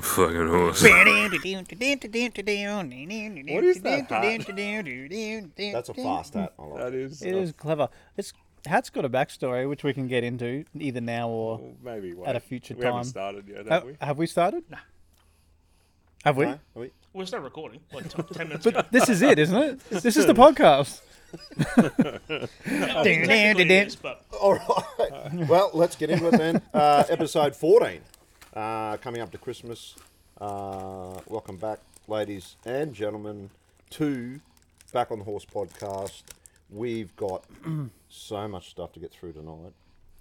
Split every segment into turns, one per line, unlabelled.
fucking horse.
What is that hat?
That's a fast hat. I like
That
it.
is.
It is clever. This hat's got a backstory, which we can get into either now or
well, maybe wait.
at a future
We haven't
time.
started yet, have
have,
we?
have we started? Have we?
No? Are we-
We're still recording. Like t- ten minutes ago.
But this is it, isn't it? This is the podcast.
Yeah, I mean, technically it is, but
All right. Well, let's get into it then. Uh, episode 14, uh, coming up to Christmas. Uh, welcome back, ladies and gentlemen, to Back on the Horse podcast. We've got so much stuff to get through tonight.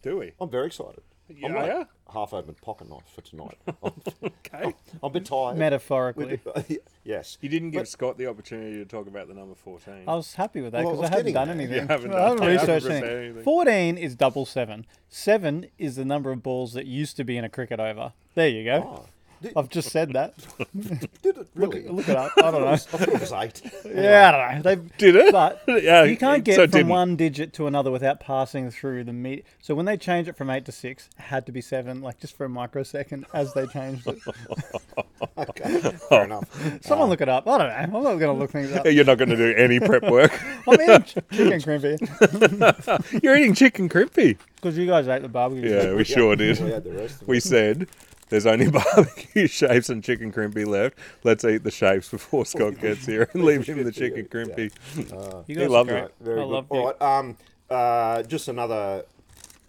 Do we?
I'm very excited.
Yeah,
I'm like
yeah?
half open pocket knife for tonight. I'm,
Okay.
I'm a bit tired.
Metaphorically,
yes.
You didn't give
But-
Scott the opportunity to talk about the number fourteen.
I was happy with that
Well,
because
I was
I hadn't done
getting there.
anything.
You haven't
I haven't
done- you haven't
researched
researched
anything.
anything.
Fourteen is double seven. Seven is the number of balls that used to be in a cricket over. There you go.
Oh, did,
I've just said that.
did it really?
Look it up. I don't know.
I thought it was eight.
Yeah, I don't know. They've,
Did it?
But
Yeah,
you can't get
so it
from
didn't.
one digit to another without passing through the meat. So when they changed it from eight to six, it had to be seven, like just for a microsecond as they changed it.
Okay,
Oh.
fair enough.
Someone look it up. I don't know. I'm not going to look things up.
You're not going to do any prep work.
I'm eating ch- chicken crimpy
You're eating chicken crimpy.
because you guys ate the barbecue.
Yeah, we sure
We
did.
had the rest of it.
We said there's only barbecue shapes and chicken crimpy left. Let's eat the shapes before Scott gets here and leave him the chicken crimpy.
You
He
guys are
loved
great.
it.
Uh, Very
I
good.
love
All
you.
right. Um, uh, just another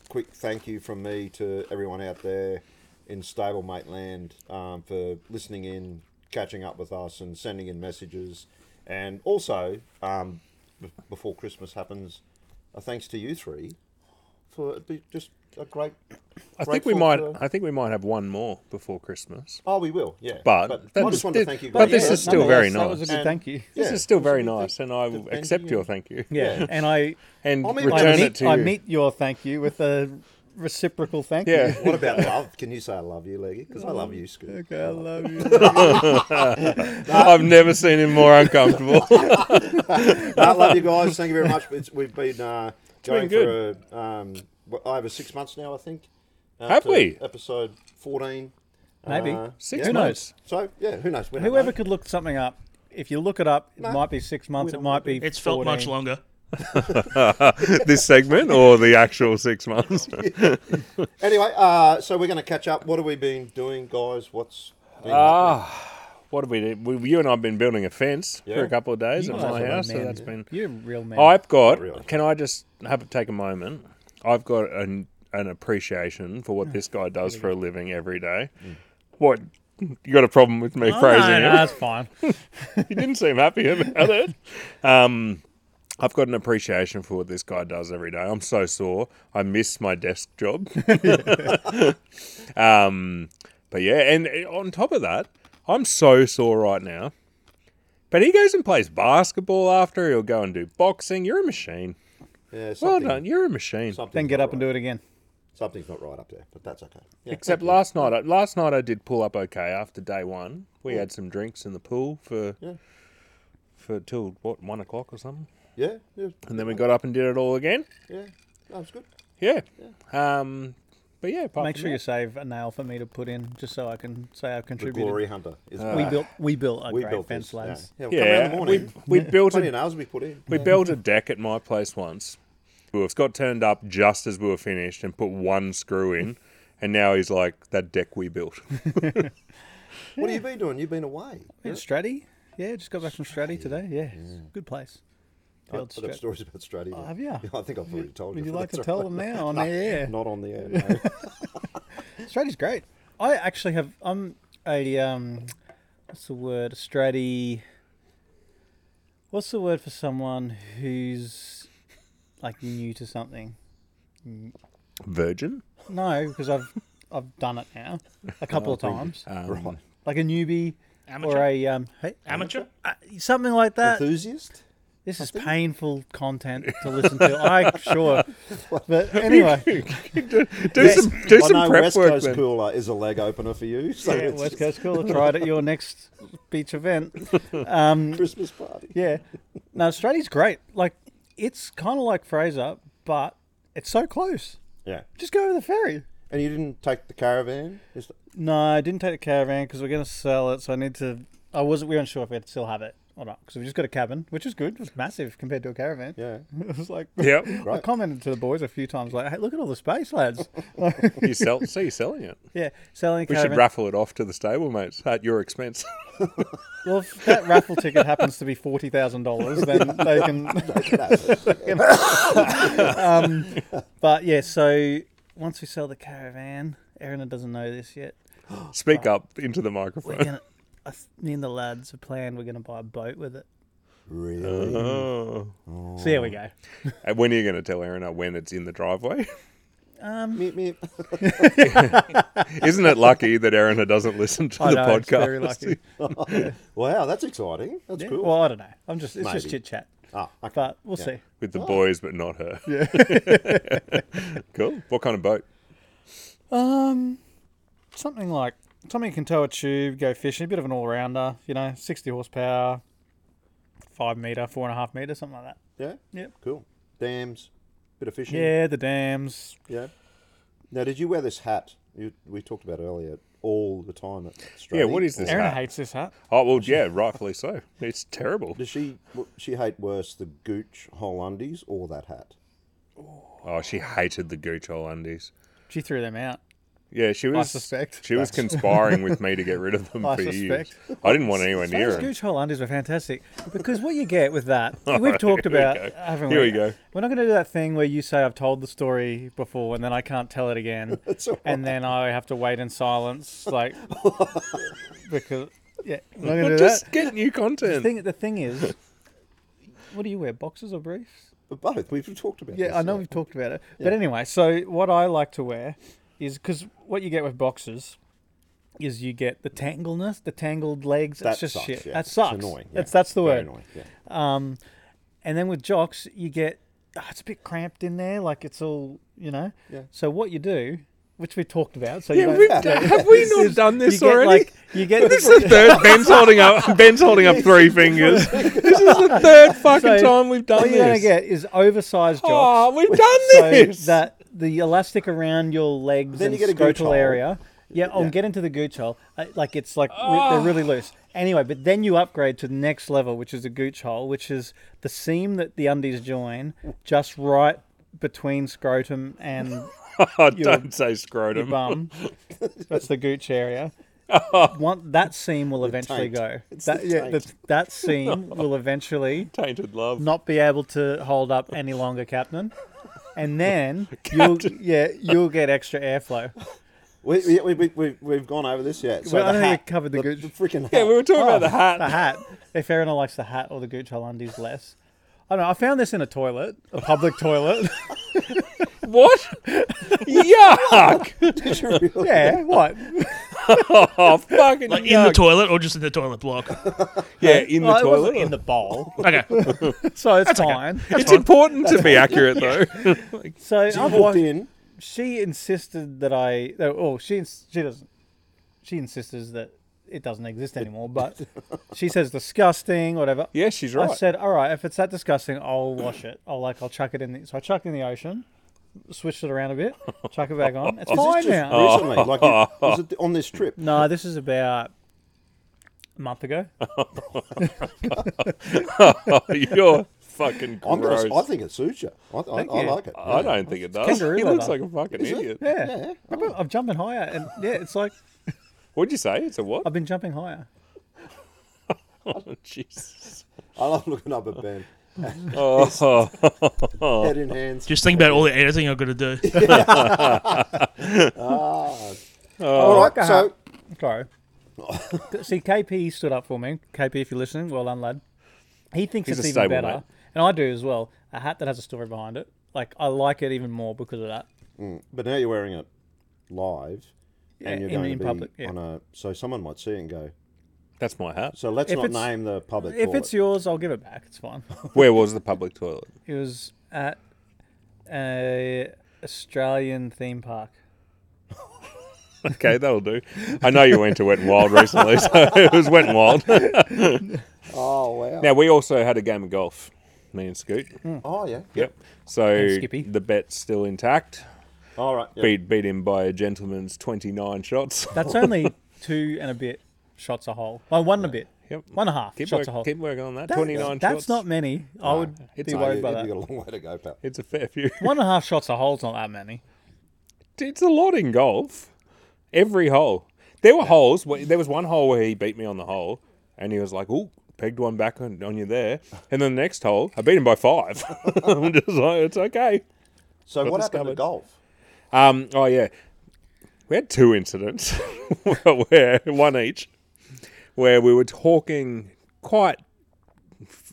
quick thank you from me to everyone out there in stablemate land um, for listening in, catching up with us, and sending in messages. And also, um, b- before Christmas happens, a thanks to you three for be- just a great.
I think we might. I think we might have one more before Christmas.
Oh, we will. Yeah.
But
I just
that's-
want to thank you.
but
guys
this
for
is
that.
still very
Nonetheless, That was a
nice.
good
And-
thank you.
This
Yeah.
is still very
Good-
nice, and I will
thank
accept
you.
your thank you
Yeah, and I,
and
I'll meet-
return
I,
it
meet,
to you.
I meet your thank you with a reciprocal thank you.
yeah,
What about love? Can you say I love you, Leggy? Because I love you, Scoot.
Okay, I love you.
I've never seen him more uncomfortable.
I love you guys. Thank you very much. It's, we've been uh, going
been good.
for a, um, w- over six months now, I think. Uh,
Have
to
we?
Episode 14.
Maybe.
Uh,
Six
yeah.
months.
So, yeah, who knows? We don't
Whoever
know.
could look something up, if you look it up, it
No,
might be six months. It
don't
might be.
it's felt much
14.
longer.
this segment or the actual six months?
Anyway, uh, so we're going to catch up. What have we been doing, guys? What's been
Uh, what have we did? We, you and I've been building a fence for
Yeah.
a couple of days
You
at
guys
my
are a
house, so
man.
that's been. Oh,
You're a real man.
I've got.
Really?
Can I just have take a moment? I've got an an appreciation for what this guy does for a living every day. What? You got a problem with me phrasing
no,
it?
no, that's fine.
you didn't seem happy about it. Um, I've got an appreciation for what this guy does every day. I'm so sore. I miss my desk job. um, but yeah, and on top of that, I'm so sore right now. But he goes and plays basketball after. He'll go and do boxing. You're a machine.
Yeah,
Well
something-
done. You're a machine.
something's
Then get
not
up and
right.
do it again.
Something's not right up there, but that's okay. Yeah,
Except
thank you.
last night, I- last night I did pull up okay after day one. We had some drinks in the pool for
Yeah.
for till what one o'clock or something.
Yeah, yeah,
and then we got up and did it all again.
yeah. That was good.
Yeah. Um, but yeah, apart
Make
from
sure you
that,
save a nail for me to put in, just so I can say I
The
contributed.
Glory Hunter. Is
We built. We built a
we
great
built
fence,
this. Yeah,
lads.
yeah,
Uh, yeah,
yeah. morning.
we we built
Plenty of
a,
nails we put in.
we built a deck at my place once. Well, Scott turned up just as we were finished and put one screw in, and now he's like that deck we built.
What have you been doing? You've been away.
Yeah. Stratty. Yeah, just got back from Stratty today. Yeah, good place.
I-
Field
I've got
Strat-
stories about Strati.
Oh, have ya?
I think I've already told you.
Would you
but
like to
that's
tell
all
them
right.
now on the air?
Not on the air. No.
Stratty's great. I actually have. I'm a um, what's the word? A Stratty. What's the word for someone who's like new to something?
Virgin.
No, because I've I've done it now a couple of times,
Um,
Right.
like a newbie
Amateur.
or a um, hey,
Amateur.
uh, something like that.
Enthusiast?
This is painful content to listen to. I'm sure, but anyway,
Do some do
I
some
know
prep
West
work.
Coast
then.
Cooler is a leg opener for you. So
yeah,
it's
West
just
Coast Cooler. Try it at your next beach event.
a Christmas party.
Yeah. No, Stratty's great. Like, it's kind of like Fraser, but it's so close.
Yeah.
Just go over the ferry.
And you didn't take the caravan? Is that-
No, I didn't take the caravan because we're going to sell it, so I need to. I wasn't. We weren't sure if we'd still have it or not because we just got a cabin, which is good. It was massive compared to a caravan.
Yeah.
it was like.
Yep.
I commented to the boys a few times, like, "Hey, look at all the space, lads!"
You sell, so you're selling it.
yeah, selling a
We
caravan.
should raffle it off to the stablemates at your expense.
well, if that raffle ticket happens to be forty thousand dollars, then they can But yeah, so once we sell the caravan, Erina doesn't know this yet.
Speak up into the
We're
microphone.
gonna, I th- me and the lads are planning. We're gonna buy a boat with it.
Really?
Uh-huh.
Oh.
So there we go.
And when are you going to tell Erina when it's in the driveway?
Meep, meep.
Isn't it lucky that Erina doesn't listen to
I
Oh. the
know,
podcast?
it's very lucky.
Wow, that's exciting. That's
Yeah,
cool.
Well, I don't know. I'm just it's just
Maybe.
chit chat,
ah, okay.
but we'll see.
With the boys, but not her. Yeah. cool. What kind of boat?
Um, something like something you can tow a tube, go fishing, a bit of an all rounder. You know, sixty horsepower, five meter, four and a half meter, something like that.
yeah,
Yep.
cool. Dams, bit of fishing.
Yeah, the dams.
yeah. Now, did you wear this hat? You, we talked about it earlier all the time. At
Yeah, what is this?
or-
Erina
hat.
hates this hat.
Oh, well, yeah, rightfully so. It's terrible.
Does she what- she hate worse the gooch whole undies or that hat?
Oh, she hated the Gooch Hole undies.
She threw them out.
Yeah, she was.
suspect.
She was conspiring with me to get rid of them
I
for
suspect.
years. I didn't want anyone near
Those
them.
Gooch Hole undies were fantastic because what you get with that, we've talked
here we
about,
go.
haven't
Here
we?
we go.
We're not going to do that thing where you say I've told the story before and then I can't tell it again,
all
and then I have to wait in silence, like because yeah, we're not going to
Well,
do
just
that.
get new
The
content.
thing, the thing is, what do you wear? Boxes or briefs?
Both. We've talked about. this,
Yeah, I know we've talked about it. But anyway, so what I like to wear is because what you get with boxers is you get the tangleness, the tangled legs.
That
it's just
sucks,
shit.
yeah.
That
It's
sucks.
annoying, yeah.
That's that's the
Very
word.
annoying. Yeah.
Um, and then with jocks, you get ah, it's a bit cramped in there, like it's all you know.
Yeah.
So what you do, which we talked about, so
yeah,
you don't-
we've, have we not done
you
this
get
already?
like you get
This is the third. Ben's holding up. Ben's holding up three fingers. This is the third fucking
So,
time we've done
what you're gonna
this.
get is oversized jocks.
oh, we've
so
done this.
that the elastic around your legs
Then
and
you get a gooch
scrotal
hole.
area. Yeah, oh,
Yeah.
and get into the gooch hole. Uh, Like it's like re- they're really loose. Anyway, but then you upgrade to the next level, which is the gooch hole, which is the seam that the undies join just right between scrotum and
oh, don't say scrotum.
bum. That's the gooch area. One, that seam will eventually
taint.
go.
It's
That,
the
yeah,
taint.
the, that seam will eventually
Tainted love.
not be able to hold up any longer, Captain. And then you'll yeah you'll get extra airflow.
We, we, we, we, we, we've gone over this yet. So
Well, I
the
don't
hat,
think we covered the gooch.
The freaking hat.
yeah, we were talking
Oh.
about the hat.
The hat. If Erina likes the hat or the gooch, I'll undies less. I don't know. I found this in a toilet, a public toilet.
What? Yuck!
yeah. What?
Oh, fucking
Like in
yuck.
the toilet or just in the toilet block?
yeah, in the
Well, it wasn't
toilet.
in the bowl.
Okay.
So it's fine.
it's important to be accurate though.
So
You
I've
walked
watched,
in.
she insisted that I. no, Oh, she ins- she doesn't. She insists that it doesn't exist anymore. But she says disgusting, whatever.
yeah, she's
I
right.
said, all right, if it's that disgusting, I'll wash it. I'll like, I'll chuck it in. The, so I chucked it in the ocean, switched it around a bit, chuck it back on. It's
Is this
fine
just
now.
recently? Like, you, was it on this trip?
No, this is about a month ago.
You're fucking
I'm
gross.
gonna, I think it suits you. I, I,
Thank
I
you.
like it.
I
yeah.
don't think it does.
kangaroo
He looks
leather.
like a fucking idiot.
Yeah.
Yeah.
Remember, I'm jumping higher, and yeah, it's like
What'd you say? It's a what?
I've been jumping higher.
Jesus.
I love looking up at Ben.
Oh,
Head in hands.
Just think about all the editing I've got to do.
Oh.
all right.
Like a
So
Sorry. See, KP stood up for me. KP, if you're listening, well done, lad. He thinks
He's
it's
a
even
stable
better,
mate.
and I do as well. A hat that has a story behind it. Like I like it even more because of that.
But now you're wearing it live,
Yeah,
and you're
in-
going
in
to be
public, yeah.
on a. So someone might see it and go.
that's my hat.
So let's
If
not
it's-
name the public.
If it's
your,
yours, I'll give it back. It's fine.
Where was the public toilet?
It was at a Australian theme park.
Okay, that'll do. I know you went to Wet and Wild recently, so it was Wet and Wild.
oh wow.
Now we also had a game of golf, me and Scoot.
oh yeah.
Yep. So
Mm. Skippy.
the bet's still intact.
All right. yeah.
Beat beat him by a gentleman's twenty nine shots.
That's only two and a bit shots a hole. Well, one and a bit.
Yep.
One and a half
Keep,
shots
work,
a hole.
keep working on that.
That-
twenty nine.
That's
shots.
not many. I would
it's
be
not-
worried
you,
by
you
that.
got a long way to go, pal.
It's a fair few.
One and a half shots a hole's not that many.
It's a lot in golf. Every hole. There were holes. where- There was one hole where he beat me on the hole, and he was like, "Ooh, pegged one back on, on you there." And then the next hole, I beat him by five. I'm just like, it's okay.
So what happened to
discovered.
golf?
Um. Oh yeah, we had two incidents, where one each, where we were talking quite.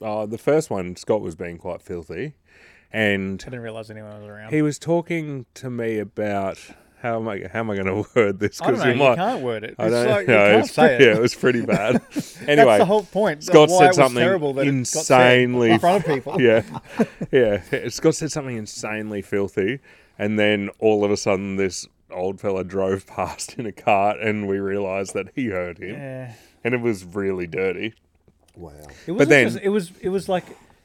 Uh, the first one, Scott was being quite filthy, and
I didn't realize anyone was around.
he was talking to me about how am I how am I going to word this?
I don't know. You,
might-
can't word it. It's
I don't
like,
know,
you can't
it's
say
pretty- Yeah,
it.
it was pretty bad. anyway,
That's the whole point.
Scott
why
said
it was
something
terrible that it got said
insanely-
in front of people.
yeah, yeah. Scott said something insanely filthy, and then all of a sudden, this old fella drove past in a cart, and we realised that he heard him,
Yeah.
and it was really dirty.
Wow.
It wasn't
then-
just- it was it was like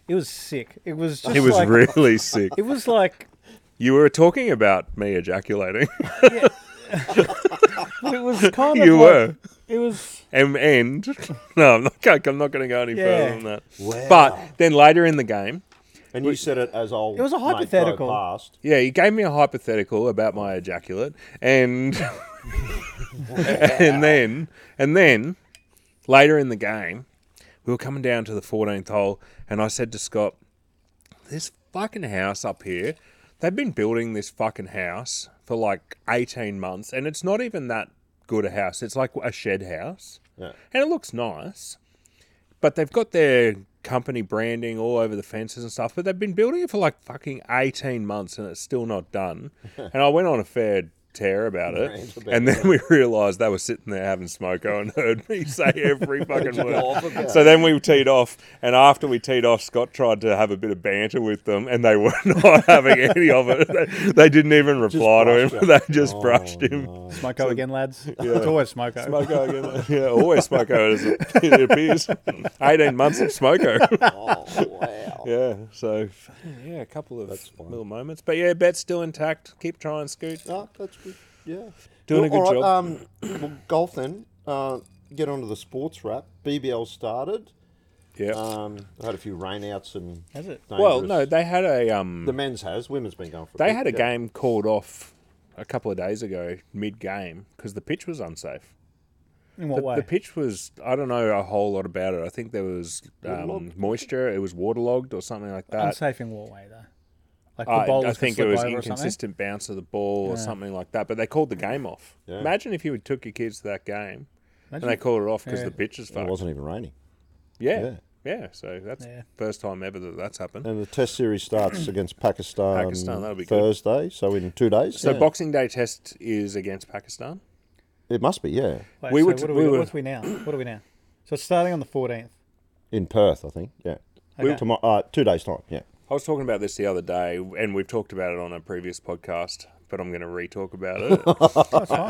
it was sick. It was just
It was
like,
really sick.
it was like
You were talking about me ejaculating,
it was kind of
You
like,
were.
it was
and, and no, I'm not. I'm not going to go any
Yeah.
further than that.
Wow.
But then later in the game,
and you said it as old.
It was a
mate Pro
hypothetical.
Past.
Yeah, he gave me a hypothetical about my ejaculate, and and then and then later in the game, we were coming down to the fourteenth hole, and I said to Scott, "This fucking house up here, they've been building this fucking house for like eighteen months, and it's not even that good a house. It's like a shed house,
Yeah.
and it looks nice, but they've got their company branding all over the fences and stuff. But they've been building it for like fucking eighteen months, and it's still not done. and I went on a fair tear about it,
Rant about
and then we realised they were sitting there having smoko and heard me say every fucking
off
word.
about
So then we teed off, and after we teed off, Scott tried to have a bit of banter with them, and they were not having any of it. They, they didn't even reply to him.
brushed Oh, it.
They just brushed him.
Smoko again, lads. It's always Smoko.
Smoko again. Yeah, always Smoko as it, it appears. 18 months of Smoko.
Oh wow.
Yeah, so yeah, a couple of little moments. But yeah, bet's still intact. Keep trying, Scoot.
No, that's good. Yeah.
Doing a good
Oh, all
job.
Um, well, golf then. Uh, get onto the sports wrap. BBL started.
Yeah.
Um, I had a few rainouts and.
Has it?
well,
dangerous-
no, they had a um
The men's has. Women's been going for.
they
bit,
had a
yeah.
game called off a couple of days ago mid game because the pitch was unsafe.
In what
The,
way?
the pitch was I don't know a whole lot about it. I think there was um,
Waterlogged?
moisture, it was waterlogged or something like that.
Unsafe in what way though? Like the
I-
bowlers can
I think it
slip
was
over or something?
inconsistent bounce of the ball or something like that. But they called the game off.
Yeah.
Imagine if you had took your kids to that game
Imagine
and they called it off because
Yeah.
the pitch is
It
fucked.
wasn't even raining.
Yeah. yeah,
Yeah.
So that's
Yeah.
first time ever that that's happened.
And the test series starts against Pakistan,
Pakistan, that'll be good.
Thursday, so in two days.
so
yeah.
Boxing Day test is against Pakistan.
It must be, yeah.
Wait,
we
so
were
what
t-
are
we
we,
were-
what's we now? What are we now? So it's starting on the fourteenth.
In Perth, I think. Yeah.
Okay.
Tomorrow, uh, two days' time, yeah.
I was talking about this the other day, and we've talked about it on a previous podcast, but I'm going to re-talk about it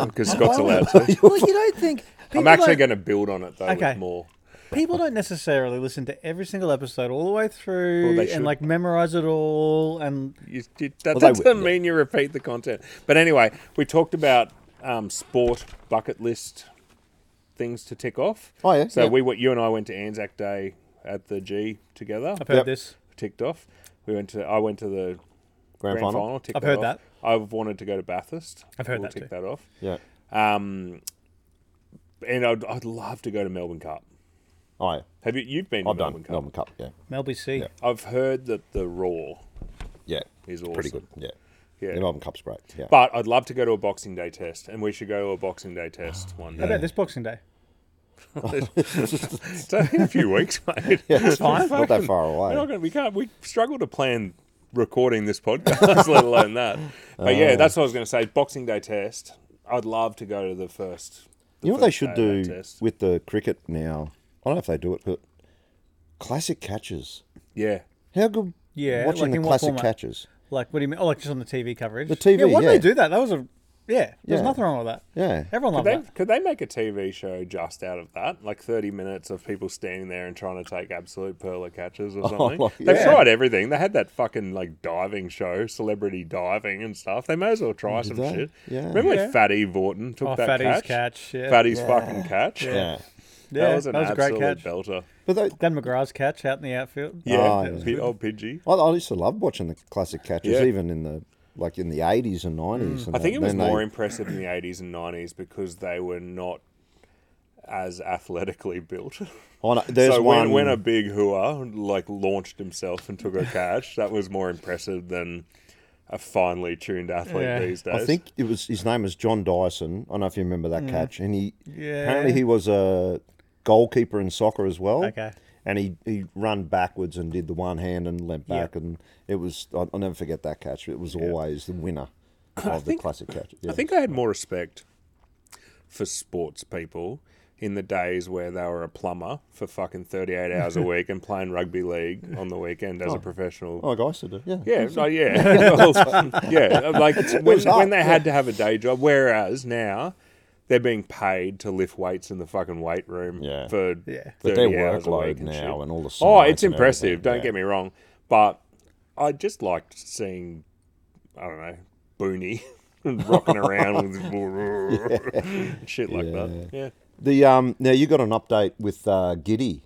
because Scott's allowed to.
well, you don't think people
I'm actually
don't,
going to build on it though
Okay.
with more.
people don't necessarily listen to every single episode all the way through
they should.
and like memorize it all and
You, you, that
Well, they
doesn't
would, yeah.
mean you repeat the content. But anyway, we talked about um, sport bucket list things to tick off.
Oh, yeah,
So
yeah.
we went, you and I went to Anzac Day at the G together.
I've heard
Yep.
this.
Ticked off. We went to. I went to the
Grand,
grand
final.
final. ticked
I've heard
off.
that.
I've wanted to go to Bathurst.
I've heard
we'll
that
Tick
too.
that off.
Yeah.
Um, and I'd, I'd love to go to Melbourne Cup.
Oh, yeah.
Have you? You've been to
I've done
Melbourne Cup.
Melbourne Cup, yeah.
Mel B C.
I've heard that the Raw
Yeah.
is
It's
awesome.
Pretty good, yeah.
Yeah.
The Melbourne Cup's great, yeah.
But I'd love to go to a Boxing Day test, and we should go to a Boxing Day test one
How about
day.
this Boxing Day?
it's only in a few weeks, mate.
yeah, it's not that far
We're not
away.
gonna, we can't. We struggle to plan recording this podcast, let alone that. But
Uh.
yeah, that's what I was going to say. Boxing Day test. I'd love to go to the first. the
You know what they
first
should
day of that
do
test.
with the cricket now? I don't know if they do it, but classic catches.
yeah,
How good
Yeah,
watching
like in
the
what
classic
format?
catches.
Like what do you mean? Oh, like just on the TV coverage.
The TV,
Yeah, why do
yeah.
they do that? That was a Yeah, there's
Yeah.
nothing wrong with that.
Yeah.
Everyone
Could
loved
they,
that.
could they make a TV show just out of that? Like 30 minutes of people standing there and trying to take absolute perla catches or something?
like,
They've
Oh, yeah.
tried everything. They had that fucking like diving show, celebrity diving and stuff. They may as well try some
they?
shit.
Yeah.
Remember
Yeah.
when Fatty Vorton took
Oh,
that
Fatty's
catch?
catch. yeah.
Fatty's fucking catch.
Yeah.
yeah,
that was an
a
absolute
great catch.
belter.
But they,
Dan McGrath's catch out in the outfield.
Yeah,
Oh, yeah.
P- old Pidgey.
I, I used to love watching the classic catches,
Yeah. Mm.
even in the like in the eighties and nineties.
I think it was more
They,
impressive in the 80s and 90s because they were not as athletically built.
I know- there's
so
one.
when, when a big hua like launched himself and took a catch, that was more impressive than a finely tuned athlete
Yeah.
these days.
I think it was his name was John Dyson. I don't know if you remember that catch. And he
Hmm. Yeah.
apparently he was a goalkeeper in soccer as well.
Okay.
And he he run backwards and did the one hand and leant
Yeah.
back and it was I'll, I'll never forget that catch. It was always the winner of the
think-
classic catch. Yeah.
I think I had more respect for sports people in the days where they were a plumber for fucking 38 hours a week and playing rugby league on the weekend as a professional
Oh, guys did it. Yeah.
Yeah, oh, yeah, Well, yeah. Like when,
hard,
when they had to have a day job, whereas now they're being paid to lift weights in the fucking weight room
Yeah.
for
Yeah.
But their
30 hours a week
workload
and shit.
now and all the
Oh,
science
it's
and
impressive.
everything,
Don't
yeah.
get me wrong, but I just liked seeing I don't know Booney rocking around with shit like that. Yeah.
The um now you got an update with uh, Giddy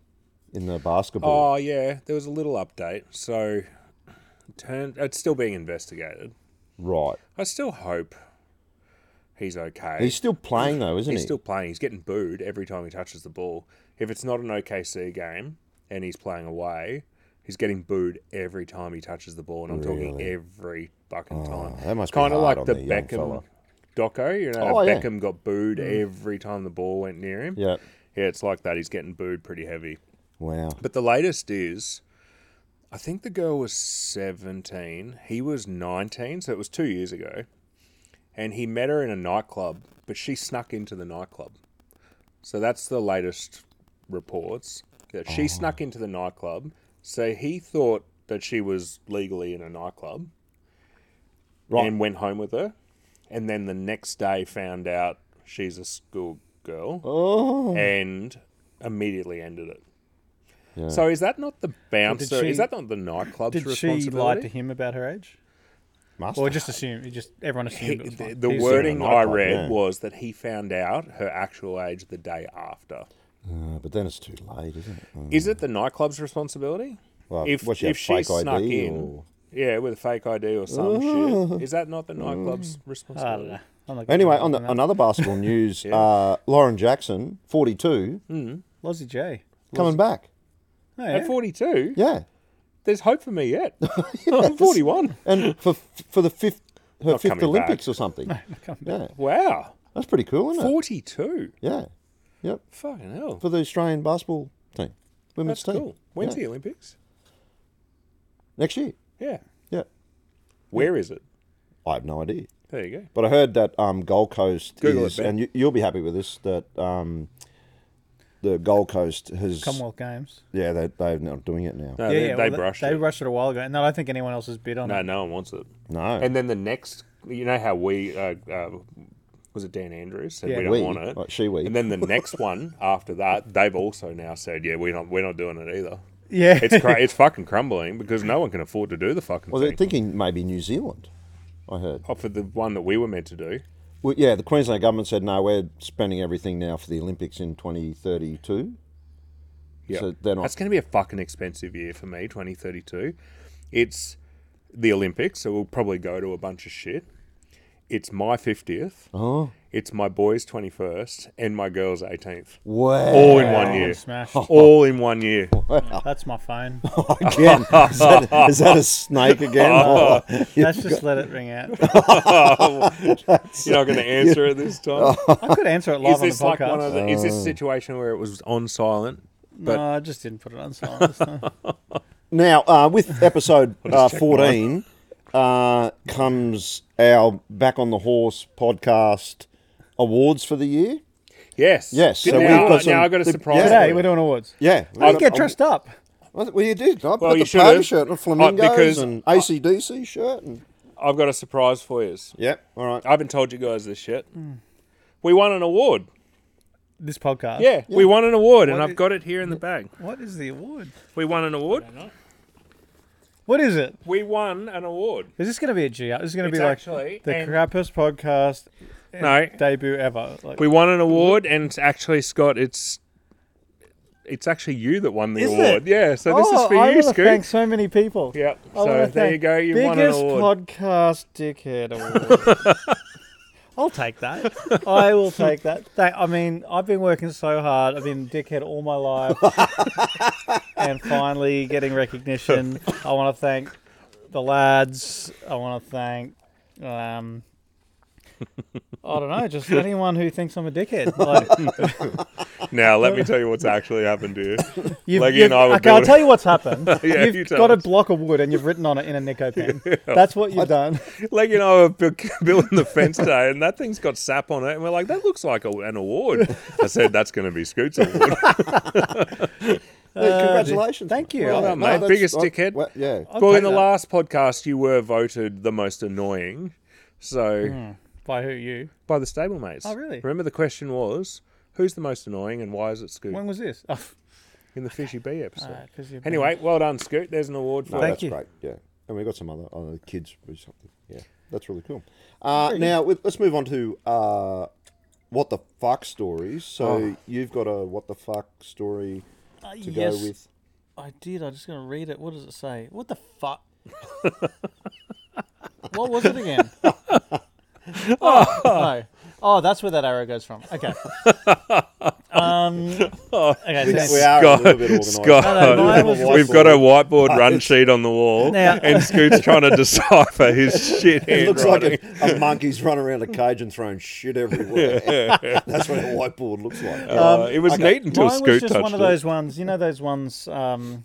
in the basketball.
Oh yeah, there was a little update. So, it turned it's still being investigated.
Right.
I still hope he's okay.
He's still playing though, isn't
He's
he?
still playing. He's getting booed every time he touches the ball. If it's not an OKC game and he's playing away, he's getting booed every time he touches the ball. And I'm talking every fucking time.
Oh, that must be
Kinda
hard
like
on
the
the young
Beckham
fella.
doco. You know, how
Oh, yeah.
Beckham got booed every time the ball went near him.
Yeah.
yeah, it's like that. He's getting booed pretty heavy.
Wow.
But the latest is, I think the girl was 17. He was 19, so it was two years ago. And he met her in a nightclub, but she snuck into the nightclub. So that's the latest reports that she
Oh.
snuck into the nightclub. So he thought that she was legally in a nightclub
Right.
and went home with her. And then the next day found out she's a school girl
Oh.
and immediately ended it.
Yeah.
So is that not the bouncer?
she-
is that not the nightclub's
Did she lie to
responsibility?
him about her age?
Must
Or just assume? Just everyone assumed. it
He-
was
the
fine.
the
He was-
wording
in a
I
nightclub,
read
yeah.
was that he found out her actual age the day after.
Uh, but then it's too late, isn't it? Mm.
Is it the nightclub's responsibility?
Well,
if
what, you
if
have
she
fake ID
snuck in,
or-
yeah, with a fake ID or some shit, is that not the
Mm. I
nightclub's
don't
responsibility?
know. I'm not gonna
Anyway, on
comment
the,
that.
another basketball news, uh, Lauren Jackson, 42,
Mm.
Lozzie J.
coming back.
Oh,
At
yeah.
42,
Yeah.
there's hope for me yet. I'm 41.
And for for the fifth her
Oh, Not
fifth
coming
Olympics or something. yeah.
Wow,
That's pretty cool, isn't it?
42.
Yeah. Yep.
Fucking hell,
For the Australian basketball team. Women's
that's
team.
cool. When's
Yeah.
the Olympics?
Next year.
Yeah,
Yeah.
where is it?
I have no idea.
There you go.
But I heard that um, Gold Coast
Google it,
is,
Ben.
and you, you'll be happy with this, that um, the Gold Coast has,
Commonwealth Games.
yeah, they, they're not doing it now.
yeah,
No, they,
yeah,
they
well, they-
brushed
They
it.
rushed it a while ago, and I don't think anyone else has bid on
no,
it.
no one wants it.
No.
And then the next, you know how we, uh, uh, was it Dan Andrews said
Yeah.
we don't
We,
want it.
like she we.
And then the next one after that, they've also now said, yeah, we're not, we're not doing it either.
Yeah,
It's cra- it's fucking crumbling because no one can afford to do the fucking
Well, they're
thing.
thinking maybe New Zealand. I heard.
Oh, for the one that we were meant to do.
Well, yeah, the Queensland government said no. We're spending everything now for the Olympics in 2032.
Yeah,
So they're not-
That's going to be a fucking expensive year for me, 2032. It's the Olympics, so we'll probably go to a bunch of shit. It's my 50th.
Oh,
It's my boy's 21st and my girl's 18th.
wow!
All in one year.
Oh, smash.
All in one year.
That's my phone.
Oh,
again, is, that, is that a snake again? Oh,
Let's just let it ring out.
Oh, You're not going to answer it this time.
Oh.
I could answer it live
Is
on the
this like
podcast.
one of the, Is this a situation where it was on silent?
no, I just didn't put it on silent. this time.
now, uh, with episode uh,
check
14 uh, comes our Back on the Horse podcast awards for the year.
Yes.
Yes,
Did-
so we've
now,
got some-
now I got a
the-
surprise.
yeah.
for
Today
you.
we're doing awards.
Yeah,
Oh,
I get dressed up.
Well, you did. I
Well,
put
you
the
should've.
polo shirt and
Uh,
flamingos
because-
and ACDC shirt. And,
I've got a surprise for you.
Yep. All right.
I haven't told you guys this yet.
Hmm.
We won an award.
This podcast.
Yeah, we won an award, and
What
I've
is-
got it here in the bag.
What is the award?
We won an award.
What is it?
We won an award.
Is this going to be a GR? This is going to
It's
be like
actually
the
an-
crappiest podcast
No,
debut ever. Like,
we won an award, and it's actually, Scott, it's it's actually you that won the
Is
award.
it?
Yeah, so this
oh,
is for
I
you,
wanna
Scoot.
thank so many people.
Yep.
I wanna
So there you
thank
go. You
biggest
won an award.
podcast dickhead award. I'll take that. I will take that. That- I mean, I've been working so hard. I've been dickhead all my life, and finally getting recognition. I want to thank the lads. I want to thank. Um, I don't know, just anyone who thinks I'm a dickhead. Like,
now let me tell you what's actually happened to you.
You've,
Leggy
you've-
and I were
okay, I'll
building-
tell you what's happened.
Yeah,
you've
you tell
got a
us.
block of wood and you've written on it in a Nico pen. That's what you've done.
Leggy and I were bu- building the fence today, and that thing's got sap on it, and we're like, that looks like a, an award. I said, that's going to be Scoot's award.
Hey, congratulations.
Thank you.
Well done,
no,
mate.
that's-
Biggest
I-
dickhead.
well, yeah.
well, in
take
the
that.
last podcast, you were voted the most annoying. So
By who? You?
by the stablemates.
Hmm. Oh, really?
Remember the question was, who's the most annoying and why is it Scoot
When was this? Oh,
in the Fishy Bee episode?
uh, 'cause you've been-
anyway, well done, Scoot. There's an award for
No,
you.
Thank
Oh, that's
you.
great. Yeah, and we got some other other kids or something. Yeah, that's really cool. Uh, now with- let's move on to uh, what the fuck stories. So
Oh.
you've got a what the fuck story
Uh,
to
yes,
go with.
I did. I'm just going to read it. What does it say? What the fuck? what was it again? oh, no. Oh, that's where that arrow goes from. Okay. Um, okay. so-
We are a little bit organised.
Scott,
No, no, mine was just-
we've got a whiteboard run sheet on the wall,
Now-
and Scoot's trying to decipher his shit
It looks like
handwriting.
a, a monkey's run around a cage and throwing shit everywhere. That's what a whiteboard looks like.
Uh, it was neat until
Mine
Scoot
was just
touched
one of
it.
those ones, you know, those ones um,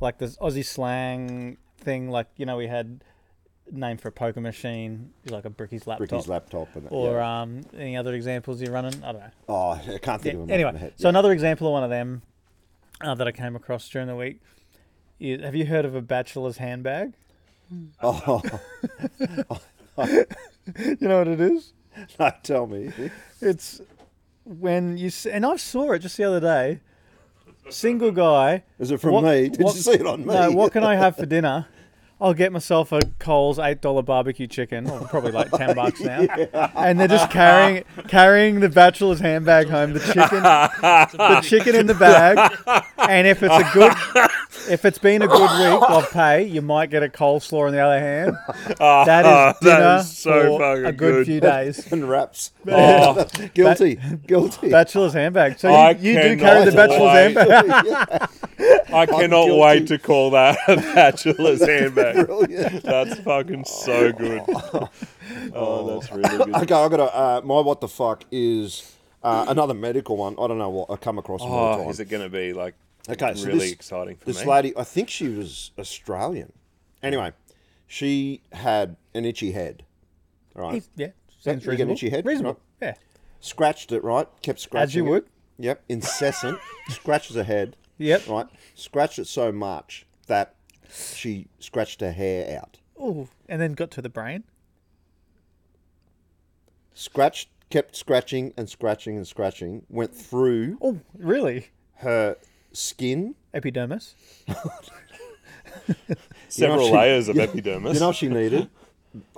like this Aussie slang thing. Like you know, we had name for a poker machine, like a Bricky's laptop,
Ricky's laptop and that.
or
yeah.
um, any other examples you're running. I don't know.
oh, I can't think of them. off my
Anyway,
head.
so another example of one of them uh, that I came across during the week. Is, have you heard of a bachelor's handbag?
oh,
You know what it is?
no, tell me.
It's when you s- and I saw it just the other day. Single guy
Is it from
What-
me? Did
what-
you see it on me?
No, what can I have for dinner? I'll get myself a Coles eight dollar barbecue chicken, or probably like ten bucks now. And they're just carrying carrying the bachelor's handbag home, the chicken, the chicken in the bag. And if it's a good, if it's been a good week of pay, you might get a coleslaw in the other hand. That is dinner
that is so
for
fucking
a good,
good.
few days.
and wraps.
Oh,
guilty, guilty.
Bachelor's handbag. So
I
you, you do
cannot
carry the bachelor's
wait.
handbag.
I cannot
guilty.
wait to call that a bachelor's handbag.
Brilliant.
That's fucking so good. Oh, that's really good.
Okay, I got a. Uh, my what the fuck is uh, another medical one. I don't know what I come across them all the
Oh,
time.
is it going to be like
Okay, so
really
this-
exciting for
this
me?
lady, I think she was Australian. Anyway, she had an itchy head. All right,
Yeah,
Sounds You get an itchy head,
Reasonable. Yeah.
scratched it. Right, kept scratching.
As you
it.
would.
Yep, incessant. scratches her head.
Yep.
Right, scratched it so much that she scratched her hair out.
Ooh, and then got to the brain.
Scratched, kept scratching and scratching and scratching. Went through
Oh, really?
her skin.
Epidermis.
several
she-
layers of epidermis.
You know, if she needed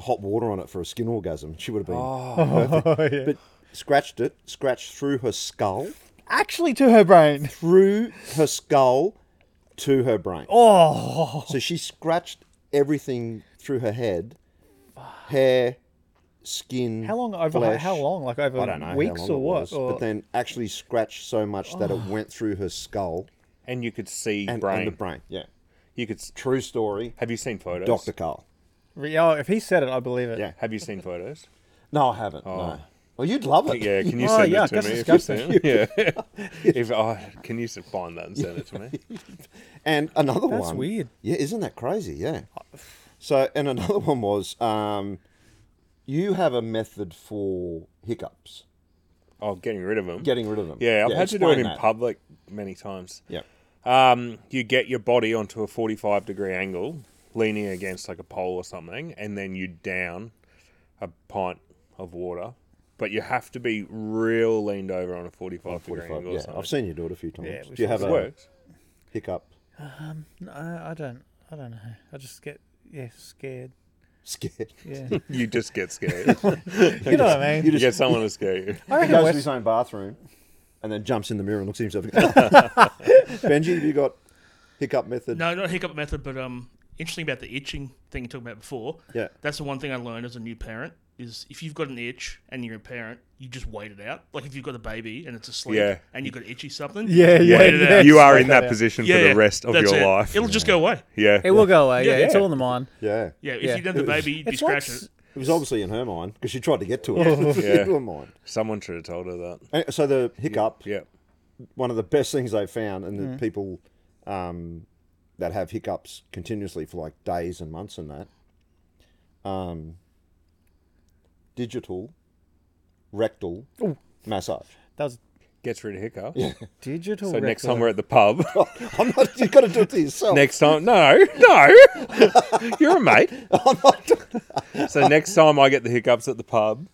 hot water on it for a skin orgasm. She would have been.
Oh, yeah.
But scratched it, scratched through her skull,
actually to her brain.
through her skull to her brain.
Oh,
So she scratched everything through her head, hair, skin.
how long over?
flesh.
How long? Like over
I don't know how
weeks
long
or
it
what? Oh.
was,
or,
But then actually scratched so much that it went through her skull
and you could see
and,
brain.
and the brain. Yeah,
You could. s-
true story.
Have you seen photos?
Doctor Carl.
Re- oh, if he said it, I believe it.
Yeah.
Have you seen photos?
No, I haven't. No. Well, you'd love it.
Oh. Yeah, can you
Oh,
send
yeah,
it to
that's
me? if
disgusting.
you see it? Yeah. if oh, can you s- find that and send it to me?
And another one.
That's weird.
Yeah, isn't that crazy? Yeah. So, and another one was um, you have a method for hiccups,
Oh, getting rid of them.
getting rid of them.
yeah, I've had to do it
explain
in
that.
public many times. Mm,
Yeah.
Um, you get your body onto a forty-five degree angle, leaning against like a pole or something, and then you down a pint of water. But you have to be real leaned over on a 45, degree
45.
angle or
Yeah,
something.
I've seen you do it a few times.
Yeah,
do
we
you
should-
have
it
a
works.
hiccup?
No, I don't. I don't know. I just get yeah scared.
Scared.
Yeah,
You just get scared.
you know what I mean.
you get someone to scare you.
I
He
reckon
goes to
West-
his own bathroom and then jumps in the mirror and looks at himself. Benji, have you got hiccup method?
No, not hiccup method, but um, interesting about the itching thing you talked about before.
Yeah.
That's the one thing I learned as a new parent is if you've got an itch and you're a parent, you just wait it out. Like if you've got a baby and it's asleep
Yeah.
and you've got itchy something.
Yeah, yeah,
wait it
yeah.
out.
You are in that
Yeah.
position
Yeah,
for
yeah,
the rest of
that's
your
it.
life.
It'll just go away.
yeah.
It will go away. Yeah,
Yeah,
it's
yeah.
all in the mind.
Yeah.
Yeah, if
Yeah.
you don't have the baby, you'd be
It's like
scratching
s-
it.
It was obviously in her mind because she tried to get to it.
Yeah.
It was mine.
Someone should have told her that.
And So the hiccup,
Yeah.
one of the best things they found, and the
Mm.
people um, that have hiccups continuously for like days and months and that, um, digital rectal massage.
That was
Gets rid of hiccup.
digital.
So next
rectal.
time we're at the pub.
I'm not. You've got to do it to yourself.
next time, no, no, you're a mate. so next time I get the hiccups at the pub,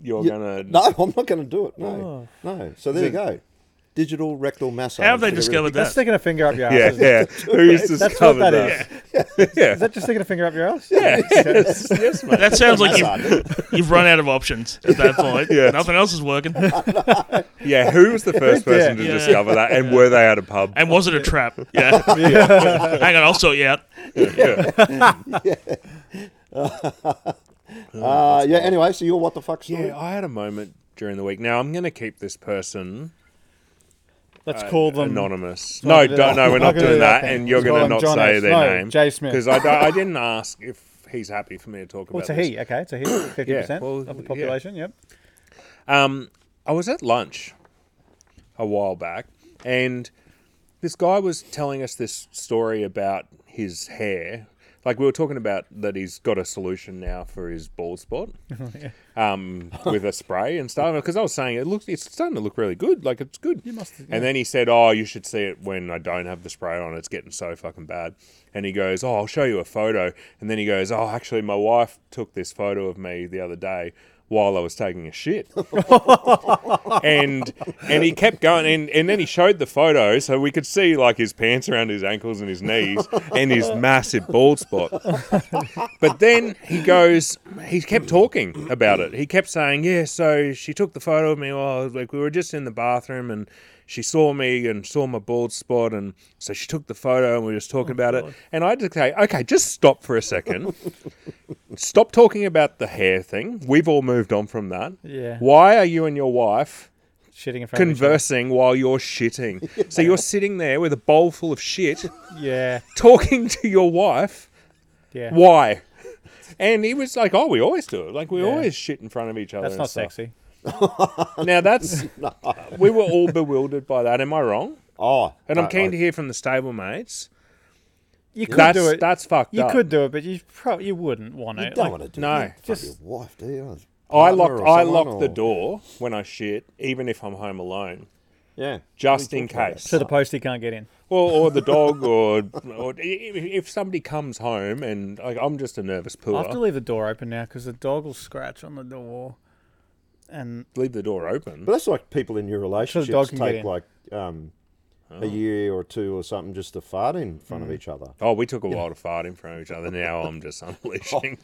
you're gonna
No, I'm not going to do it.
Oh.
No, no. So there you go. Digital rectal massage.
How have they
Get rid of-
discovered
That's
that?
sticking a finger up your ass.
yeah
isn't it?
yeah. Who's
That's what
discovered
that
that?
is. Is that just sticking a finger up your ass?
Yeah. yes, yes, mate.
That sounds like
Massage.
you've, you've run out of options at that point.
Yeah.
Nothing else is working.
Yeah, who was the first person to
Yeah.
discover that, and were they at a pub?
And was it a trap? Yeah. Hang on, I'll sort you out.
Uh, yeah. Anyway, so you're what the fuck story?
Yeah, I had a moment during the week. Now I'm gonna keep this person
Let's call them.
Uh, anonymous.
not
No,
gonna do
don't.
that.
No, we're
Not
not
gonna
doing
do that
that,
thing.
and you're
Let's call
gonna
him
not
Joe
say
Smith.
their
No,
name
Jay Smith.
because I, don't- I didn't ask if he's happy for me to talk
Well, it's
about.
a
this.
he. Okay, it's a he. Fifty percent
well,
of the
yeah.
population. Yep.
Um, I was at lunch a while back, and this guy was telling us this story about his hair. Like we were talking about that he's got a solution now for his bald spot,
Oh,
um, with a spray and stuff. Because I was saying it looks, it's starting to look really good. Like it's good.
must- yeah.
And then he said, "Oh, you should see it when I don't have the spray on. It's getting so fucking bad." And he goes, "Oh, I'll show you a photo." And then he goes, "Oh, actually, my wife took this photo of me the other day." While I was taking a shit, and and he kept going and, and then he showed the photo so we could see like his pants around his ankles and his knees and his massive bald spot but then he goes he kept talking about it he kept saying yeah so she took the photo of me while like we were just in the bathroom and she saw me and saw my bald spot and so she took the photo and we were just talking about it and i just say okay just stop for a second stop talking about the hair thing we've all moved on from that
Yeah.
why are you and your wife
Shitting in front of
conversing while you're shitting. So you're sitting there with a bowl full of
each
shit,
other. Yeah.
talking to your wife.
Yeah.
Why? And he was like, "Oh, we always do it. Like we
Yeah.
always shit in front of each other."
That's
and
not
stuff."
sexy.
Now that's we were all bewildered by that. Am I wrong?
Oh,
And I'm
no,
keen
I-
to hear from the stablemates.
You could
That's
do it.
that's fucked
you
up.
could do it, but you probably you wouldn't want
You
it.
don't
Like,
want to do
no.
that. Fuck
Just-
your wife, do you?
I
Partner
lock
or
I
someone
lock the
or-
door when I shit, even if I'm home alone,
Yeah.
just in
talking about?
case.
so the postie can't get in.
or, or the dog, or, or i- i- if somebody comes home and like, I'm just a nervous
I
pooer.
have to leave the door open now because the dog will scratch on the door, and
leave the door open.
But that's like people in your
dog
relationships
can get
take
in.
like um, a year or two or something just to fart in front of each other.
Oh, we took a while to fight in front of each other. Now I'm just unleashing.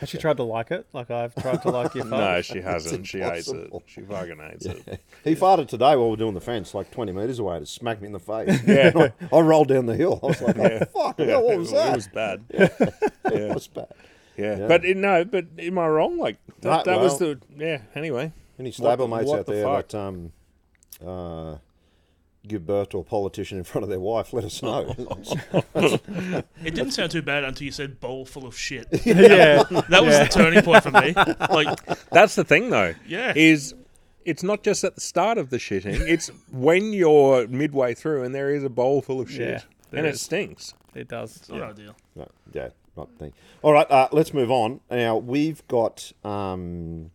has she tried to like it? Like I've tried to like your
no,
father.
she hasn't. She hates it.
impossible.
She fucking hates it.
He farted today while we were doing the fence, like 20 metres away, to smack me in the face.
Yeah.
And I, I rolled down the hill. I was like, oh, fuck, hell, what was
It
that?
was bad.
It was bad.
Yeah. But it, no, but am I wrong? Like that,
Right,
that was
well-
the yeah, anyway.
Any stable mates
what
out
the
there
fuck?
that um, uh, give birth to a politician in front of their wife, let us know.
It didn't sound too bad until you said bowl full of shit.
yeah,
That was the turning point for me. Like,
That's the thing though.
Yeah.
Is it's not just at the start of the shitting, it's when you're midway through and there is a bowl full of shit.
Yeah, there
and it
is.
stinks.
it does.
it's not ideal.
No, yeah, not thing. All right, uh, let's move on. Now we've got. Um,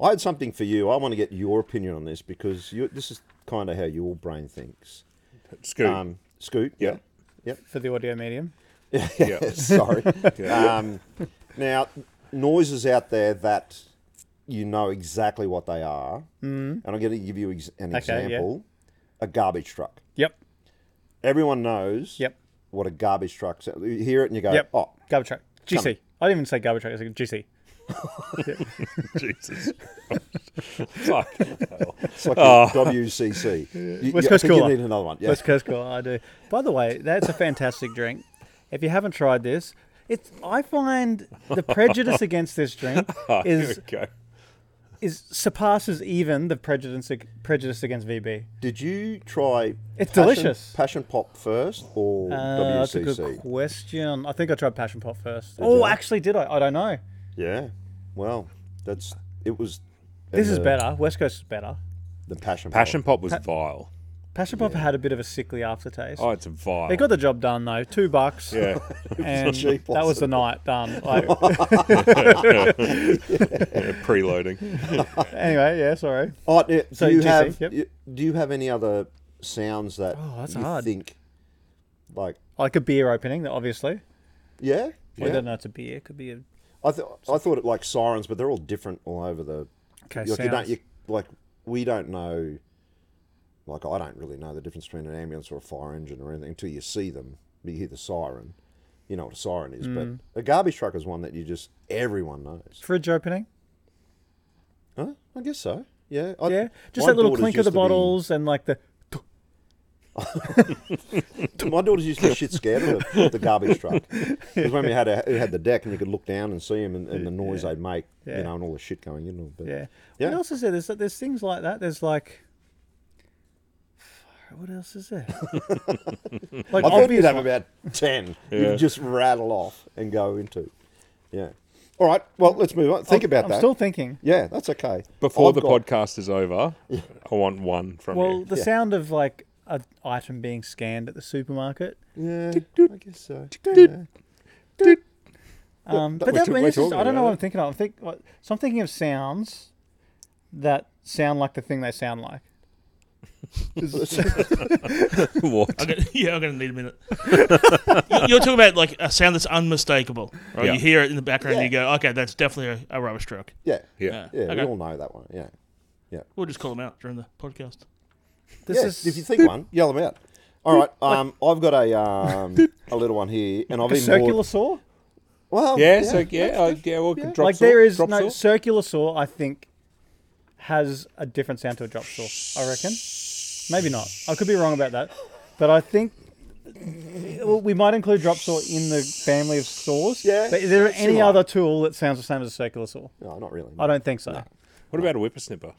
I had something for you. I want to get your opinion on this because you, this is kind of how your brain thinks.
Scoot.
Um, Scoot.
Yep.
Yep.
For the audio medium,
Yeah.
Sorry.
Yeah.
um, now, noises out there that you know exactly what they are, mm. and I'm going to give you ex- an
yeah.
example: a garbage truck.
Yep.
Everyone knows
Yep.
what a garbage truck. So you hear it and you go,
Yep.
"Oh,
Garbage truck. GC. I didn't even say garbage truck. I said GC.
Jesus. Fuck.
it's like a WCC." You,
Oh. West
you, I
Coast
think you
Cooler.
need another one. Yeah.
West Coast Cola, I do. By the way, that's a fantastic drink. If you haven't tried this, it's I find the prejudice against this drink
Here
is
we go.
is surpasses even the prejudice ag- prejudice against VB.
Did you try?
It's
passion,
delicious.
Passion pop first or
Uh, that's a good
WCC?
question. I think I tried passion pop first. oh,
you?
actually, did I? I don't know.
Yeah. Well, that's it was.
This
and uh,
is
the-
better. West Coast is better.
The passion.
Passion pop was vile.
Passion pop had a bit of a sickly aftertaste.
Oh, it's vile.
They got the job done though. Two bucks.
yeah.
And
cheap,
that was the
wasn't
night done. Like,
Preloading.
anyway, yeah, sorry.
Oh, yeah,
So
do you
GC,
have?
yep.
you- do you have any other sounds that
Oh, that's
you
hard.
think like?
Like a beer opening, obviously.
Yeah, yeah.
I don't know. It's a beer. It could be a
I thought I thought it like sirens, but they're all different all over the.
okay.
Like, you don't,
sounds.
you, like we don't know. Like I don't really know the difference between an ambulance or a fire engine or anything until you see them. You hear the siren, you know what a siren is.
Mm.
But a garbage truck is one that you just everyone knows.
Fridge opening.
Huh? I guess so. Yeah. I,
Yeah, just
my
that little
daughters
clink of
used
the
to be-
bottles and like the
My daughters used to be shit scared of the, the garbage truck. Because when we had a, it had the deck and you could look down and see them and, and the noise they'd make,
Yeah.
you know, and all the shit going in. But
yeah.
Yeah.
What else is there? There's there's things like that. There's like. Fuck, What else is there? like
I thought
obvious
you'd have
one.
about 10 you
Yeah.
could just rattle off and go into. Yeah. All right. Well, let's move on. Think about
I'm
that.
still thinking.
yeah, that's okay.
Before
I've
the
got-
podcast is over, I want one from
Well,
you.
the sound of like an item being scanned at the supermarket.
Yeah, I guess so. Yeah.
Um,
that
but that,
we're t-
I mean,
we're
this is,
talking
I don't know
about
what
it.
I'm thinking of. I'm think, what- so I'm thinking of sounds that sound like the thing they sound like.
what?
I'm gonna, yeah, I'm gonna need a minute. You- You're talking about like a sound that's unmistakable. Right?
Yeah.
You hear it in the background,
Yeah.
and you go, "Okay, that's definitely a, a rubbish truck."
Yeah. Yeah.
Yeah.
Yeah.
We
Okay.
all know that one. Yeah.
We'll just call them out during the podcast.
This
yeah,
is
if you think one, yell them out. All right. Um, I've got a um, a little one here, and I've
a
even
circular
bought-
saw.
Well,
Yeah, so yeah, I, yeah, well, drop
like
saw,
there is
drop
no
saw.
circular saw. I think has a different sound to a drop saw. I reckon. Maybe not. I could be wrong about that, but I think. Well, we might include drop saw in the family of saws.
Yeah,
But is there any
similar.
other tool that sounds the same as a circular saw?
No, not really.
I don't think so.
What about a whippersnipper?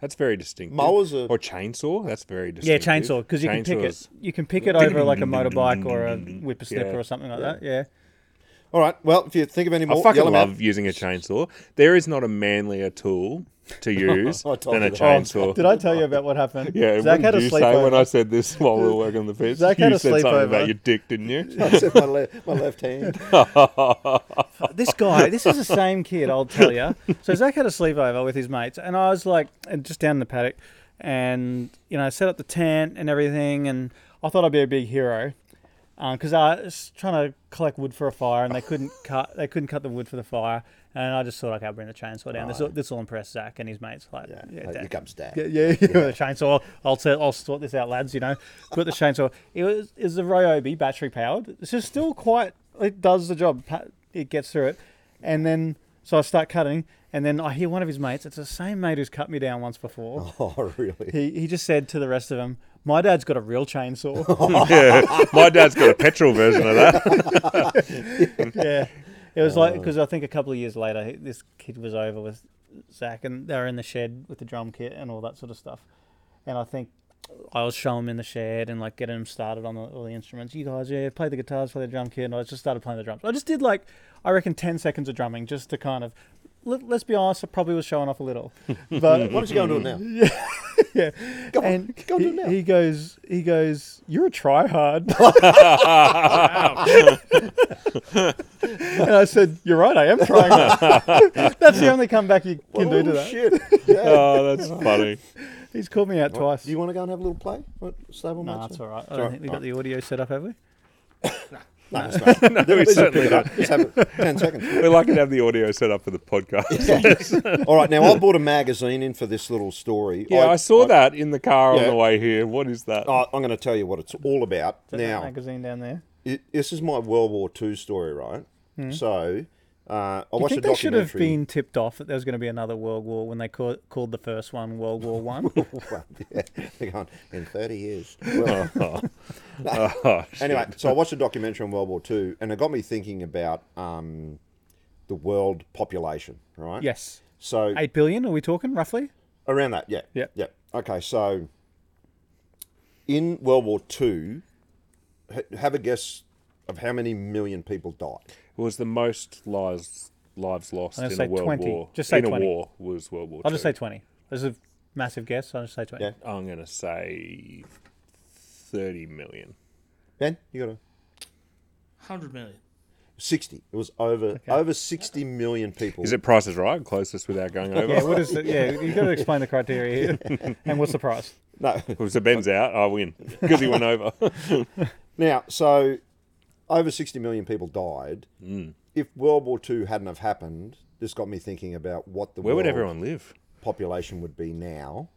That's very distinctive.
Mowers are-
or chainsaw. That's very
Yeah,
distinctive.
chainsaw because you can pick it.
Chainsaws.
You can pick it over like a motorbike or a whippersnapper or something like that. Yeah.
All right. Well, if you think of any more,
I fucking
yell 'em
love
out.
using a chainsaw. There is not a manlier tool to use
I told
than a
you that.
chainsaw.
Did I tell you about what happened?
yeah,
Oh, Zach
what
had
did
a
you say when
sleepover.
I said this while we were working on the fence?
Zach
you
had a
said something
sleepover.
about your dick, didn't you?
I said my, le- my left hand.
this guy, this is the same kid, I'll tell you. So Zach had a sleepover with his mates, and I was like, and just down in the paddock, and you know, I set up the tent and everything, and I thought I'd be a big hero, because I was trying to collect wood for a fire, and they couldn't cut, they couldn't cut the wood for the fire, and I just thought, okay, I'll bring the chainsaw down. This will, this will impress Zach and his mates. Like,
Yeah,
yeah,
like,
Dad."
here comes dad.
Yeah, yeah, yeah. with a chainsaw. I'll t- I'll sort this out, lads. You know, put the chainsaw. It was is the Ryobi battery powered. It's just still quite. It does the job. Pa- It gets through it, and then so I start cutting, and then I hear one of his mates. It's the same mate who's cut me down once before.
Oh, really?
He he just said to the rest of them, "My dad's got a real chainsaw."
yeah, my dad's got a petrol version of that.
yeah. It was like because I think a couple of years later, he- this kid was over with Zach, and they were in the shed with the drum kit and all that sort of stuff. And I think I was showing him in the shed and like getting him started on the, all the instruments. You guys, yeah, play the guitars, play the drum kit, and I just started playing the drums. I just did like I reckon ten seconds of drumming just to kind of. Let, let's be honest, I probably was showing off a little, but
Why don't you go and do it now?
yeah.
Go on,
And
go and do
he,
it now.
he goes, he goes, you're a tryhard. and I said, you're right, I am trying. That's the only comeback you can do to
oh,
that.
shit. Yeah.
Oh, that's funny.
He's called me out twice.
Do you want to go and have a little play? What, stable
no,
mates?
that's all right. I
Sorry.
don't think we've got the audio set up, have we?
No, it's not. no,
we certainly
Just have it. Ten seconds.
We're lucky to have the audio set up for the podcast.
All right, now I bought a magazine in for this little story.
Yeah, I, Oh. saw that in the car on
Yeah.
the way here. What is that?
I, I'm going to tell you what it's all about
Is that that
now.
magazine down there.
it, this is my World War II story, right? So uh, I
I
watched
Hmm. think
a
they should
documentary.
have been tipped off that there was going to be another World War when they call, called the first one World War One.
Well, yeah, they're going, in 30 years. Well,
Oh, shit.
anyway, so I watched a documentary on World War II, and it got me thinking about um, the world population, right?
yes,
So
eight billion. Are we talking roughly?
around that, yeah.
Yep.
Yeah. Okay, so in World War II, ha- have a guess of how many million people died.
It was the most lives lives lost
I'm gonna
in
say
a world
20.
war.
Just say
in
20.
a war was World War.
I'll just
II.
say twenty. There's a massive guess. I'll just say twenty.
Yeah.
I'm going to say thirty million.
Ben, you got a
100 million.
60. It was over over 60 million people.
Is it prices right? Closest without going over.
Yeah, what is it? Yeah, you've got to explain the criteria here. And what's the price?
No.
Well, so Ben's out. I win because he went over.
Now, so over 60 million people died.
Hmm.
If World War II hadn't have happened, this got me thinking about what the
Where would
world
everyone live?
population would be now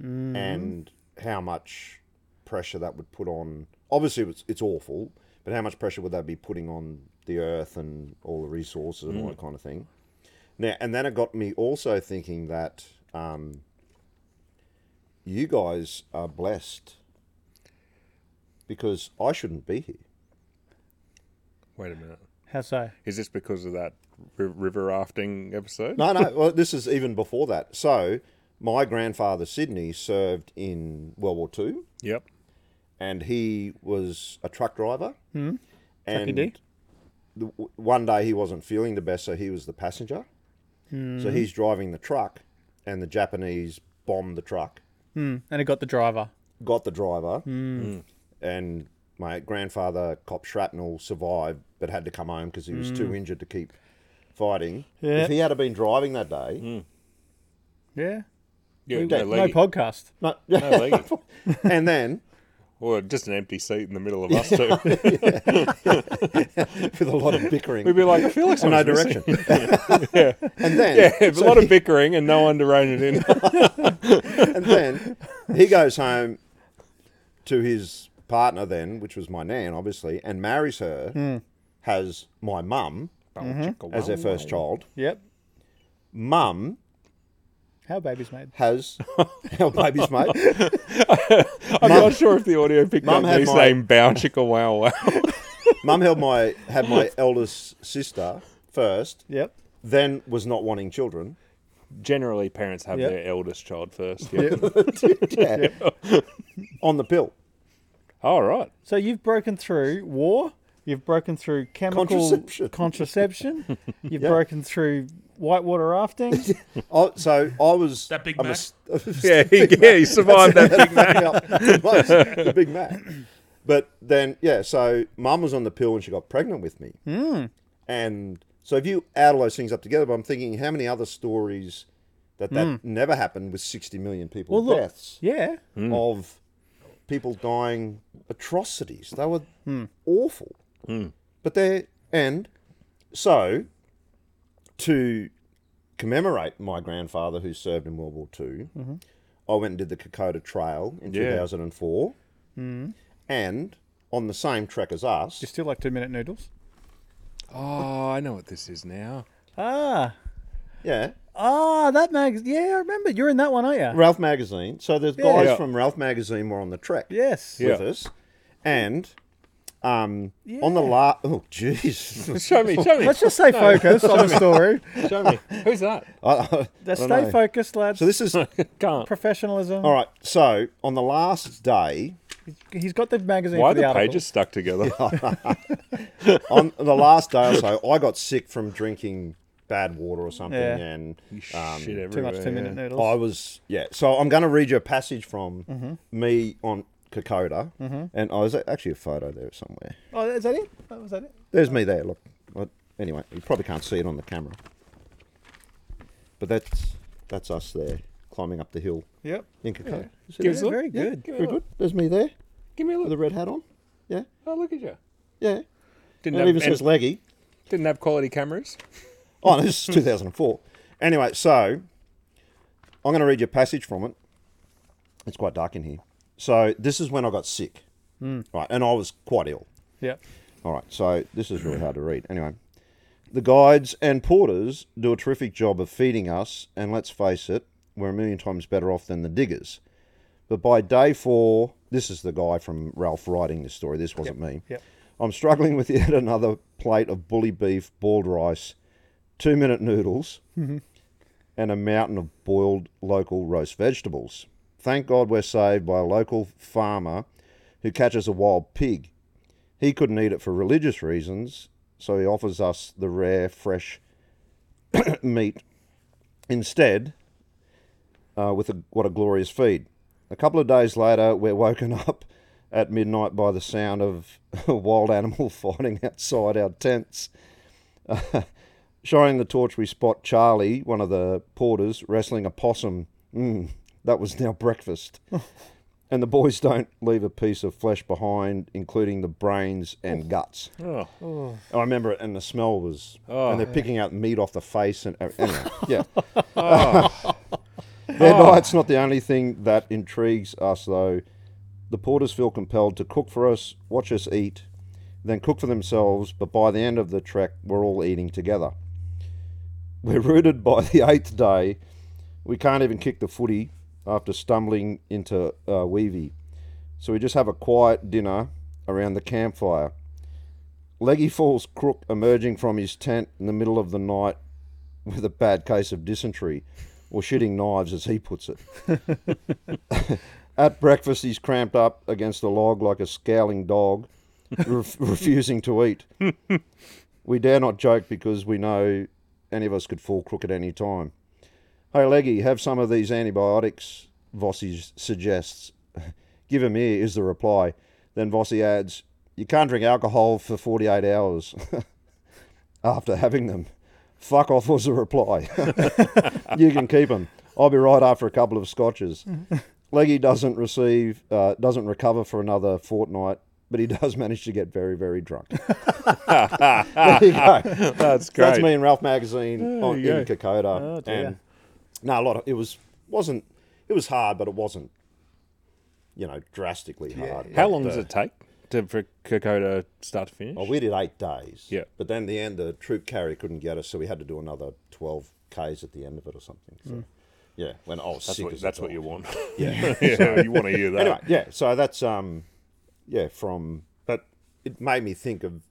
and how much pressure that would put on. Obviously, it's, it's awful, but how much pressure would that be putting on the earth and all the resources and all that kind of thing? Now, and then it got me also thinking that um, you guys are blessed because I shouldn't be here.
Wait a minute.
How so?
Is this because of that ri river rafting episode?
No, no. Well, this is even before that. So, my grandfather Sydney served in World War Two,
Yep.
and he was a truck driver. Mm.
Hmm. Trucky
And
D?
the, w- one day he wasn't feeling the best, so he was the passenger.
Hmm.
So he's driving the truck, and the Japanese bombed the truck,
Mm. And it got the driver.
got the driver,
Hmm.
Hmm. and my grandfather cop shrapnel, survived, but had to come home because he was too injured to keep fighting.
Hmm. Yeah.
If he had been driving that day,
Yeah.
Yeah,
We-
no,
no
leggy.
podcast.
no,
No leggy.
and then
Or just an empty seat in the middle of us two.
with a lot of bickering.
We'd be like, I feel like
no
someone's missing.
direction. And then,
Yeah, it's
so
a lot
he-
of bickering and no one to rein it in.
and then he goes home to his partner then, which was my nan, obviously, and marries her, has my mum
Mm-hmm.
as their first child.
Yep.
Mum
How a baby's made.
has our baby's mate.
I'm not sure if the audio picked
Mum
up
had
me
my-
saying bow chicka wow wow.
Mum held my had my eldest sister first,
Yep.
then was not wanting children.
Generally, parents have
Yeah.
their eldest child first. Yeah.
Yeah. On the pill.
All Oh, right.
So you've broken through war. You've broken through chemical
Contraception.
contraception, you've broken through whitewater rafting.
I, so I was
That Big
I'm a
Mac?
s- I was
Yeah, he, yeah, he survived that.
Big Mac. the Big Mac. But then, yeah, so mum was on the pill and she got pregnant with me. And so if you add all those things up together, but I'm thinking how many other stories that that never happened with 60 million people
Well, look,
deaths
yeah.
Mm.
of people dying atrocities. They were
Hmm.
awful. But they and so to commemorate my grandfather who served in World War 2 I went and did the Kokoda Trail in
Mm-hmm. Yeah. Hmm.
2004, and on the same trek as us,
You still like two minute noodles?
Oh, I know what this is now.
Ah.
yeah,
Ah, that mag yeah, I remember. You're in that one, aren't you?
Ralph Magazine. So the guys
Yeah.
from Ralph Magazine were on the trek
Yes.
Yeah.
with us, and um, on the la oh jeez,
Show me, show me.
Let's just stay focused on the story.
Show me. Who's that?
Let's
I
stay
don't know.
focused, lads.
so this is all
Can't.
professionalism.
right. So on the last day,
He's got the magazine.
Why are
for the,
the
article.
pages stuck together? Um,
on the last day or so, I got sick from drinking bad water or something,
Yeah.
and um,
Shit
Too much
everywhere,
two minute
yeah.
noodles.
I was yeah. So I'm going to read you a passage from
Mm-hmm.
me on Kokoda, and oh, there's actually a photo there somewhere.
Oh, is that it? That was that it?
There's me there. Look. I- Anyway, you probably can't see it on the camera, but that's that's us there climbing up the hill
Yep.
in Kokoda. You see
Give
that?
us a look.
Very
Yeah,
good.
Give me a
Very
look.
good. There's me there
Give me a
with
look.
a red hat on. Yeah,
Oh, look at you.
yeah.
Didn't
It even
have,
says leggy.
didn't have quality cameras.
Oh, no, this is 2004. Anyway, so I'm going to read you a passage from it. It's quite dark in here. So this is when I got sick, right? And I was quite ill.
Yeah.
All right, so this is really hard to read. Anyway, the guides and porters do a terrific job of feeding us, and let's face it, we're a million times better off than the diggers. But by day four, this is the guy from Ralph writing this story. This wasn't me.
yep.
I'm struggling with yet another plate of bully beef, boiled rice, two minute noodles,
Mm-hmm.
and a mountain of boiled local roast vegetables. Thank God we're saved by a local farmer who catches a wild pig. He couldn't eat it for religious reasons, so he offers us the rare, fresh meat instead uh, with a, what a glorious feed. A couple of days later, we're woken up at midnight by the sound of a wild animal fighting outside our tents. Shining the torch, we spot Charlie, one of the porters, wrestling a possum. Mm, that was now breakfast. and the boys don't leave a piece of flesh behind, including the brains and guts.
Oh,
I remember it, and the smell was. and they're picking out meat off the face, and anyway, yeah. Their diet's not the only thing that intrigues us, though. The porters feel compelled to cook for us, watch us eat, then cook for themselves, but by the end of the trek, we're all eating together. We're rooted by the eighth day. We can't even kick the footy after stumbling into uh, Weavy. So we just have a quiet dinner around the campfire. Leggy falls crook emerging from his tent in the middle of the night with a bad case of dysentery, or shitting knives as he puts it. At breakfast, he's cramped up against a log like a scowling dog, ref- refusing to eat. we dare not joke because we know any of us could fall crook at any time. Hey, Leggy, have some of these antibiotics, Vossi suggests. Give him here is the reply. Then Vossi adds, You can't drink alcohol for 48 hours after having them. Fuck off was the reply. you can keep them. I'll be right after a couple of scotches. Leggy doesn't receive, uh, doesn't recover for another fortnight, but he does manage to get very, very drunk. there you go.
that's great.
That's me and Ralph magazine on,
you
in
go.
Kokoda.
Oh, dear.
and no, a lot of it was wasn't it was hard, but it wasn't you know drastically hard.
How
Like
long does
the-
it take to, for Kokoda start to finish?
Oh, we did eight days.
Yeah.
but then in the end the troop carrier couldn't get us, so we had to do another twelve k's at the end of it or something. So yeah, when I was
Mm. that's
sick
what,
as a
that's what
dog.
you want. Yeah, you want to hear that.
anyway, yeah. So that's um, yeah. From but it made me think of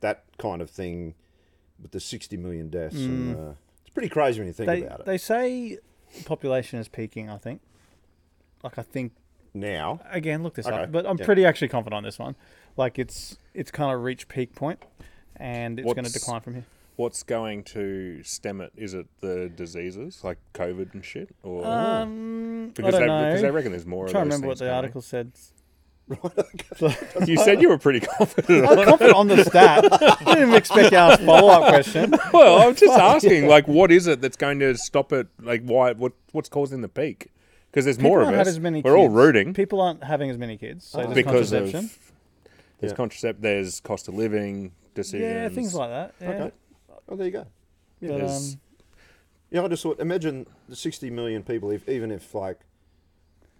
that kind of thing with the sixty million deaths.
Mm.
And, uh, it's pretty crazy when you think
They
about it.
they say population is peaking. I think. Like I think
now,
again, look this
Okay,
up, but I'm
yeah.
pretty actually confident on this one. Like it's it's kind of reached peak point, and it's going to
What's-
decline from here.
What's going to stem it? Is it the diseases like COVID and shit, or
Um,
because
I
they,
don't know.
because they reckon there's more.
I'm
of
trying to
those
remember what
things
the
coming.
article said.
You said you were pretty confident.
I'm confident on the stat. I didn't expect you to ask follow up question.
well, I'm just asking, like, what is it that's going to stop it? Like, why? What what's causing the peak? Because there's more
People
of
aren't had
us.
as many
We're all
kids.
rooting
People aren't having as many kids, so there's
because of
contraception.
there's contracept. There's cost of living decisions.
yeah, things like that. Yeah.
okay. Oh, there you go.
But,
There's-
um,
Yeah, I just thought. Imagine the sixty million people. If even if like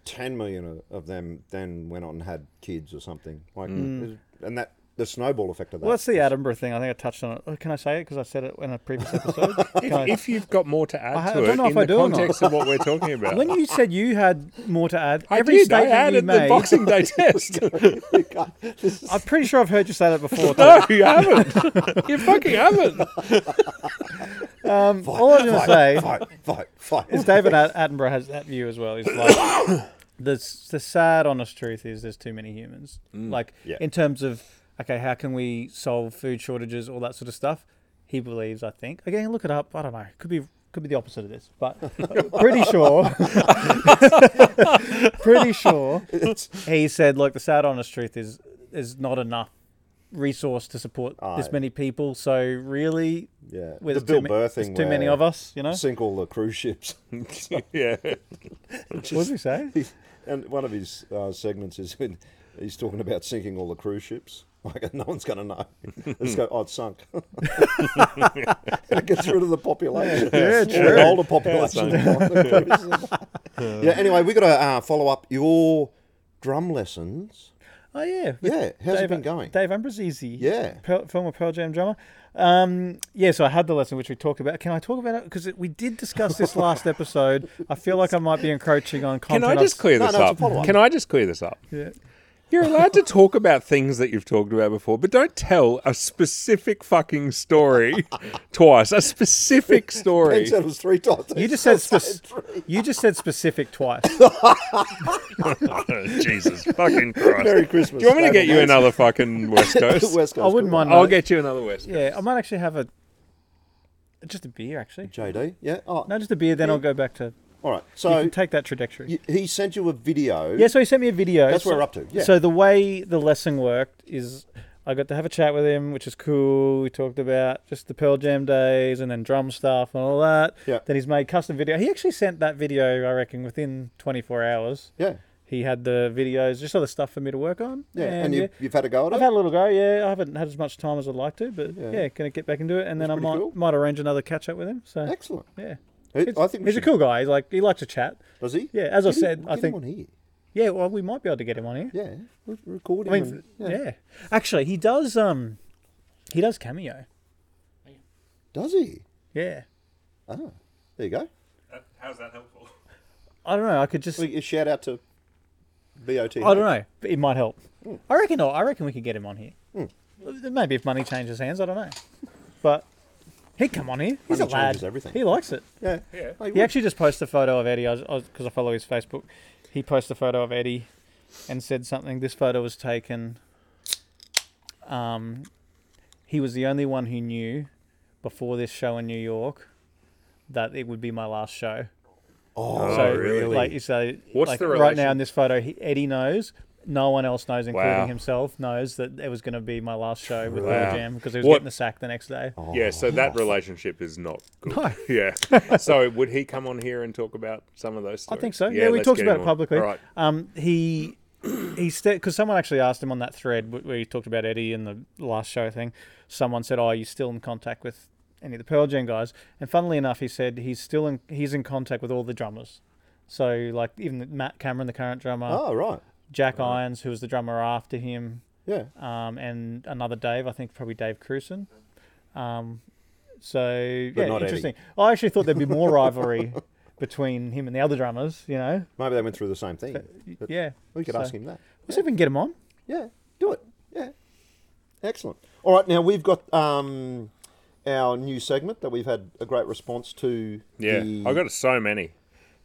ten million of- of them then went on and had kids or something like, and that the snowball effect of that.
well, that's Mm. the Attenborough thing. I think I touched on it. Oh, can I say it? Because I said it in a previous episode. Can I-
If you've got more to add
I- I
to
don't
it
know if
in
I
the
do or not.
context of what we're talking about,
when you said you had more to add,
I
every
did. I
statement you
added the
made,
Boxing Day test.
I'm pretty sure I've heard you say that before. too.
no, you haven't. You fucking haven't.
Um, all I'm going to say
fight, fight, fight.
is David At- Attenborough has that view as well. He's like, the, s- the sad, honest truth is there's too many humans. Like,
Mm, Yeah.
in terms of, okay, how can we solve food shortages, all that sort of stuff? He believes, I think. Again, look it up. I don't know. Could be could be the opposite of this, but pretty sure. pretty sure.
It's-
He said, look, the sad, honest truth is there's not enough resource to support this
Aye.
many people. So really,
yeah,
where
the
there's
Bill
too, ma-
Burr
there's
thing.
too many of us, you know?
Sink all the cruise ships.
Yeah.
What did he say?
and one of his uh, segments is when he's talking about sinking all the cruise ships. Like no one's going to know. Let's go. Oh, it's sunk. it gets rid of the population. Yeah,
true.
The older population. yeah. Anyway, we got to uh, follow up your drum lessons.
Oh yeah, with
Yeah. How's
Dave,
it been going?
Dave Ambrosisi,
Yeah.
Pearl, former Pearl Jam drummer. Um, yeah, so I had the lesson which we talked about. Can I talk about it? Because we did discuss this last episode. I feel like I might be encroaching on.
Can I
content
just clear
No,
this
no, it's a
up?
follow-up.
Can I just clear this up?
Yeah.
You're allowed to talk about things that you've talked about before, but don't tell a specific fucking story twice. A specific
Ben
story.
said it was three times.
You just said spec- you just said specific twice.
Oh, Jesus fucking Christ.
Merry Christmas.
Do you want me to get you
Dave.
another fucking West Coast?
West Coast.
I wouldn't
come on.
mind.
I'll
that.
get you another West Coast.
Yeah, I might actually have a just a beer actually.
JD. Yeah. Oh,
No, just a beer. Then I'll go back to
All right.
you
So
can take that trajectory.
y- he sent you a video.
Yeah, so he sent me a video.
That's where
So-
we're up to. Yeah.
So the way the lesson worked is I got to have a chat with him, which is cool. We talked about just the Pearl Jam days and then drum stuff and all that.
Yeah.
Then he's made custom video. He actually sent that video, I reckon, within 24 hours.
yeah.
He had the videos, just other stuff for me to work on.
Yeah. And, you,
yeah,
you've had a go at it.
I've had a little go. Yeah, I haven't had as much time as I'd like to, but yeah,
Yeah.
gonna get back into it, and then I
pretty
might
cool.
might arrange another catch up with him. So
Excellent.
yeah,
He-
He's-
I think we
he's a
should-
cool guy. He's like he likes to chat.
Does he?
Yeah, as I
Get him-
said, I
get him
think-
on here.
Yeah, well, we might be able to get him on here.
Yeah, we're recording.
I mean, yeah. Actually, he does. Um, he does cameo.
Does he?
Yeah.
Oh, there you go.
How's that helpful?
I don't know. I could just.
Well, A shout out to BOT.
I don't know. But it might help.
Hmm.
I reckon. I reckon we could get him on here. Maybe if money changes hands, I don't know. But he'd come on here. He's
Money
a lad.
changes everything.
He likes it.
Yeah.
Yeah.
Oh,
He
he would.
actually just posted a photo of Eddie because I, was- 'cause I follow his Facebook. He posted a photo of Eddie and said something. This photo was taken. Um, he was the only one who knew before this show in New York that it would be my last show.
Oh,
So, really?
Like, so,
What's
like,
the
right now
relation-
in this photo, he, Eddie knows. No one else knows, including
Wow.
himself, knows that it was going to be my last show with
Wow.
Pearl Jam because he was
What-
getting the sack the next day.
Yeah, so that relationship is not good.
No.
Yeah. So would he come on here and talk about some of
I
those stories?
think so. Yeah, we
let's
talked
get
about
him
it
on.
publicly.
All right.
Um, he he said because someone actually asked him on that thread wh- where he talked about Eddie and the last show thing. Someone said, "Oh, are you still in contact with any of the Pearl Jam guys?" And funnily enough, he said he's still in he's in contact with all the drummers. So like even Matt Cameron, the current drummer,
Oh, right.
Jack Irons, who was the drummer after him,
Yeah.
um, and another Dave, I think probably Dave Cruson. Um, so
But
yeah,
not Eddie.
interesting. I actually thought there'd be more rivalry between him and the other drummers. You know.
Maybe they went through the same thing. But
Yeah.
We could
so-
ask him that.
Let's see if we can get him on.
Yeah. Do it. Yeah. Excellent. All right. Now we've got um, our new segment that we've had a great response to.
Yeah,
the
I've got so many.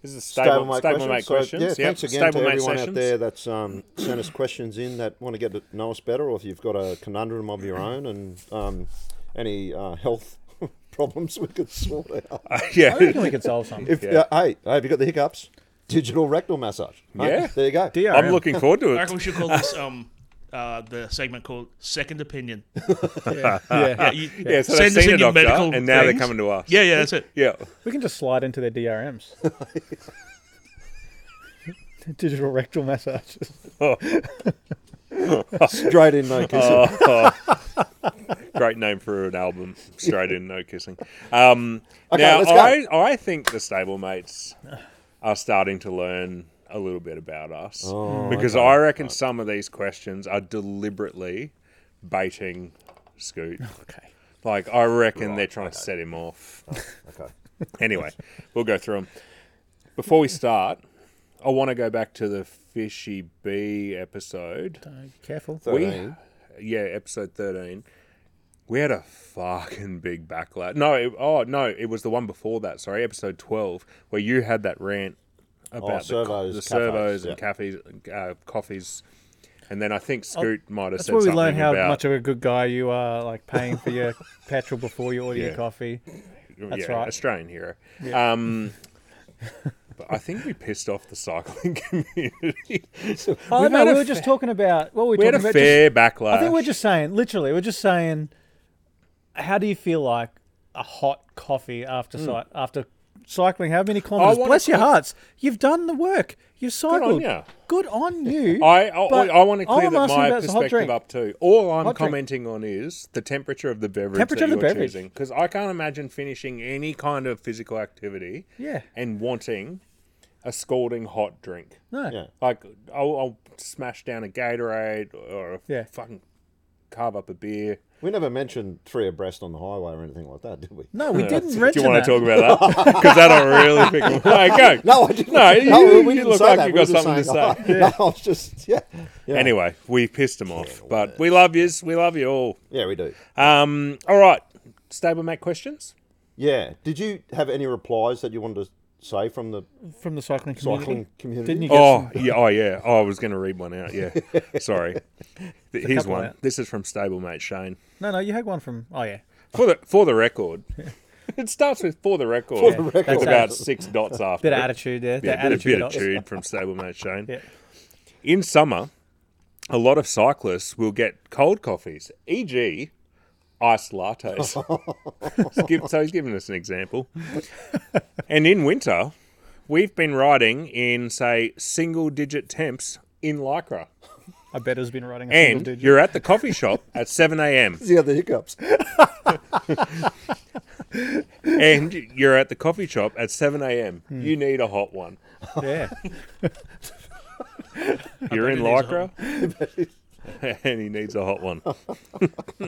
This is a stable,
stablemate, questions.
stablemate questions.
So, yeah,
Yep,
thanks again to
stablemate
everyone out
sessions.
there that's um, sent us questions in that want to get to know us better, or if you've got a conundrum of your own and um, any uh, health problems we could sort out.
I
yeah.
reckon we could solve something.
If
Yeah.
uh, hey, hey, have you got the hiccups? Digital rectal massage. mate.
Yeah.
there you go.
DRM.
I'm looking forward to
I
it.
reckon we should call this um, uh, the segment called Second Opinion.
Yeah.
Yeah, you,
Yeah, so
send
they've seen
us in
a
your
doctor,
medical
and now they're
things.
coming to us.
Yeah, yeah, that's it.
Yeah.
We can just slide into their DRMs. Digital rectal massages.
Straight in, no kissing.
Great name for an album. Straight in, no kissing. Um,
Okay,
now,
let's go.
I, I think the stablemates are starting to learn a little bit about us because I reckon some of these questions are deliberately baiting Scoot.
Okay.
Like, I reckon they're trying to set him off.
okay.
anyway, we'll go through them. Before we start, I want to go back to the Fishy Bee episode.
careful.
We, yeah, episode 13. We had a fucking big backlash. No, it, oh, no, it was the one before that, sorry, episode 12, where you had that rant about the co-
Oh, servos,
the,
cafes,
servos and
yeah.
cafes, uh, coffees. And then I think Scoot might have
Oh, That's
said
where we
something
learn how
about,
much of a good guy you are, like paying for your petrol before you order
Yeah.
your coffee. That's
yeah,
right.
Australian hero. Um, but I think we pissed off the cycling community.
Oh, no,
We've had
we
a
were just talking about what we were
We had a
talking about. just-
fair backlash.
I think we're just saying, literally, we're just saying, how do you feel like a hot coffee after si- after cycling how many kilometres?
Hmm. wanna
Bless your
cl-
hearts. You've done the work. You've cycled.
ya.
Good on you.
I I,
but
I want to
all
clear
I'm
that
asking
my
about is a hot
perspective
drink.
up too. All I'm
Hot drink.
commenting on is the temperature of the beverage
Temperature
that
of the
you're
beverage.
choosing because I can't imagine finishing any kind of physical activity
Yeah.
and wanting a scalding hot drink.
No.
Yeah.
Like I'll, I'll smash down a Gatorade or a
Yeah.
fucking carve up a beer.
We never mentioned three abreast on the highway or anything like that, did we?
No, we didn't
Do
mention
you want
that.
to talk about that? Because that'll really pick. Like, go.
No, I didn't.
No, you,
we- we
you
didn't
look
say
like
that. We
you
were
got
just
something to
saying,
say.
"Oh." No, I was just yeah. yeah.
Anyway, we pissed him off, but we love yous. We love you all.
Yeah, we do.
Um, all right, stablemate questions.
Yeah. Did you have any replies that you wanted to say from the
From the cycling community.
cycling community?
Didn't you get
Oh yeah, oh yeah. Oh, I was going to read one out. Yeah, sorry. Th- Here's
couple
one.
out.
This is from stablemate Shane.
No, no, you had one from. Oh, yeah.
For the for the record, it starts with for the record. For
the record.
With
That's
about
it.
six dots after.
Bit of
it.
attitude there.
Yeah,
that
a bit, of-
attitude.
bit of
dots.
attitude from stablemate Shane.
Yeah.
In summer, a lot of cyclists will get cold coffees, e.g., iced lattes. Skip- so he's giving us an example. and in winter, we've been riding in, say, single digit temps in Lycra.
I bet it's been riding a single
And
digit.
you're at the coffee shop at 7 a.m.
See how the hiccups.
And you're at the coffee shop at 7 a.m.
Hmm.
You need a hot one.
Yeah.
You're in
he needs a
Lycra. And he needs a hot one.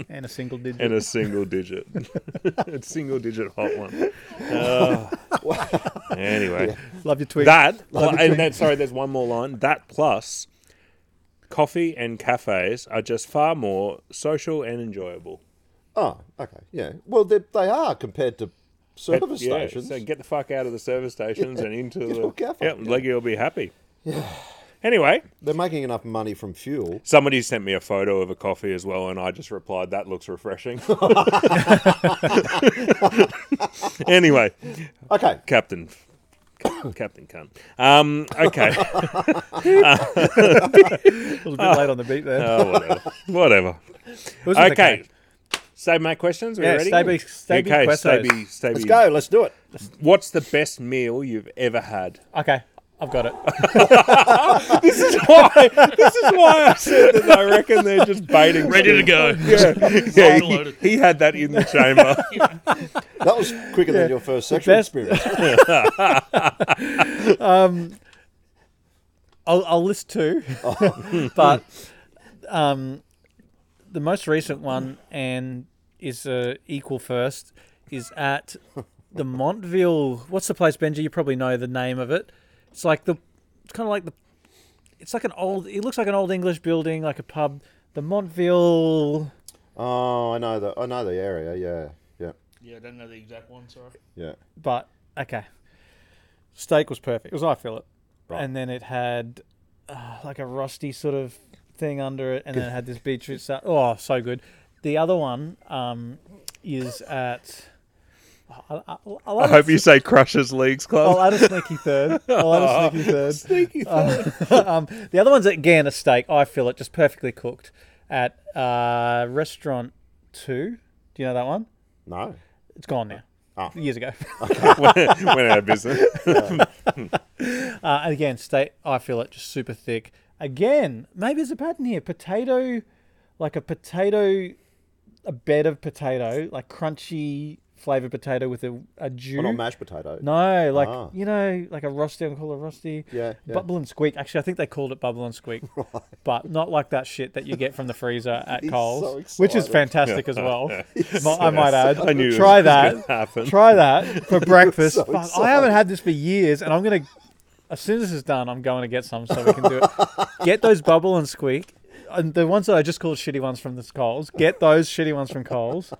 and a single digit.
and a single digit, a single digit hot one. Uh, anyway,
Love your tweet.
that and that, sorry, there's one more line. That plus coffee and cafes are just far more social and enjoyable.
Oh, okay. Yeah. Well, they, they are compared to
But,
service
yeah,
stations.
So get the fuck out of the service stations and into
Get
the
a cafe,
Yep,
yeah.
Leggy will be happy. Anyway,
They're making enough money from fuel.
somebody sent me a photo of a coffee as well, and I just replied, "That looks refreshing." anyway,
Okay.
Captain. Captain Cunt. Um, okay.
It was a bit late on the beat there.
oh, whatever. Whatever.
It was in the
Okay.
cake.
Save my questions. Are
Yeah,
you ready?
stabby- stabby
okay,
quesos.
stabby, stabby.
Let's go. Let's do it.
What's the best meal you've ever had?
Okay. I've got it.
This is why. this is why I said that. I reckon they're just baiting.
Ready to
Steve.
go.
Yeah,
Loaded.
he, he had that in the chamber.
That was quicker than your first sexual
best-
experience.
I'll, I'll list two, but um, the most recent one and is uh, equal first is at the Montville. What's the place, Benji? You probably know the name of it. It's like the, it's kind of like the, it's like an old. It looks like an old English building, like a pub. The Montville.
Oh, I know the I know the area. Yeah, yeah,
Yeah, I don't know the exact one, sorry.
yeah.
but okay. Steak was perfect. It was I feel it,
Right.
and then it had uh, like a rusty sort of thing under it, and then it had this beetroot salad. Oh, so good. The other one um, is at. I, I, I'll,
I
add
hope
a-
you say Crushers Leagues Club.
I'll add a sneaky third. I'll add a sneaky third. Uh, um, the other one's again a steak. I feel it just perfectly cooked at uh, restaurant two. Do you know that one?
No.
It's gone now.
Ah.
Years ago.
Went out of business.
Uh, and again, steak. I feel it just super thick. Again, maybe there's a pattern here. Potato, like a potato, a bed of potato, like crunchy flavored potato with a, a
But not
juice.
mashed potato.
No, like
Ah.
you know, like a rusty. I call it rusty.
Yeah, yeah.
Bubble and squeak. Actually, I think they called it bubble and squeak, but not like that shit that you get from the freezer at
He's
Coles,
so
which is
excited.
fantastic as well. Mi- I might add.
I knew
Try
this was gonna
that.
happen.
Try that for breakfast.
so
Fuck, I
excited.
haven't had this for years, and I'm gonna. As soon as this is done, I'm going to get some so we can do it. Get those bubble and squeak, and the ones that I just called shitty ones from the Coles. Get those shitty ones from Coles,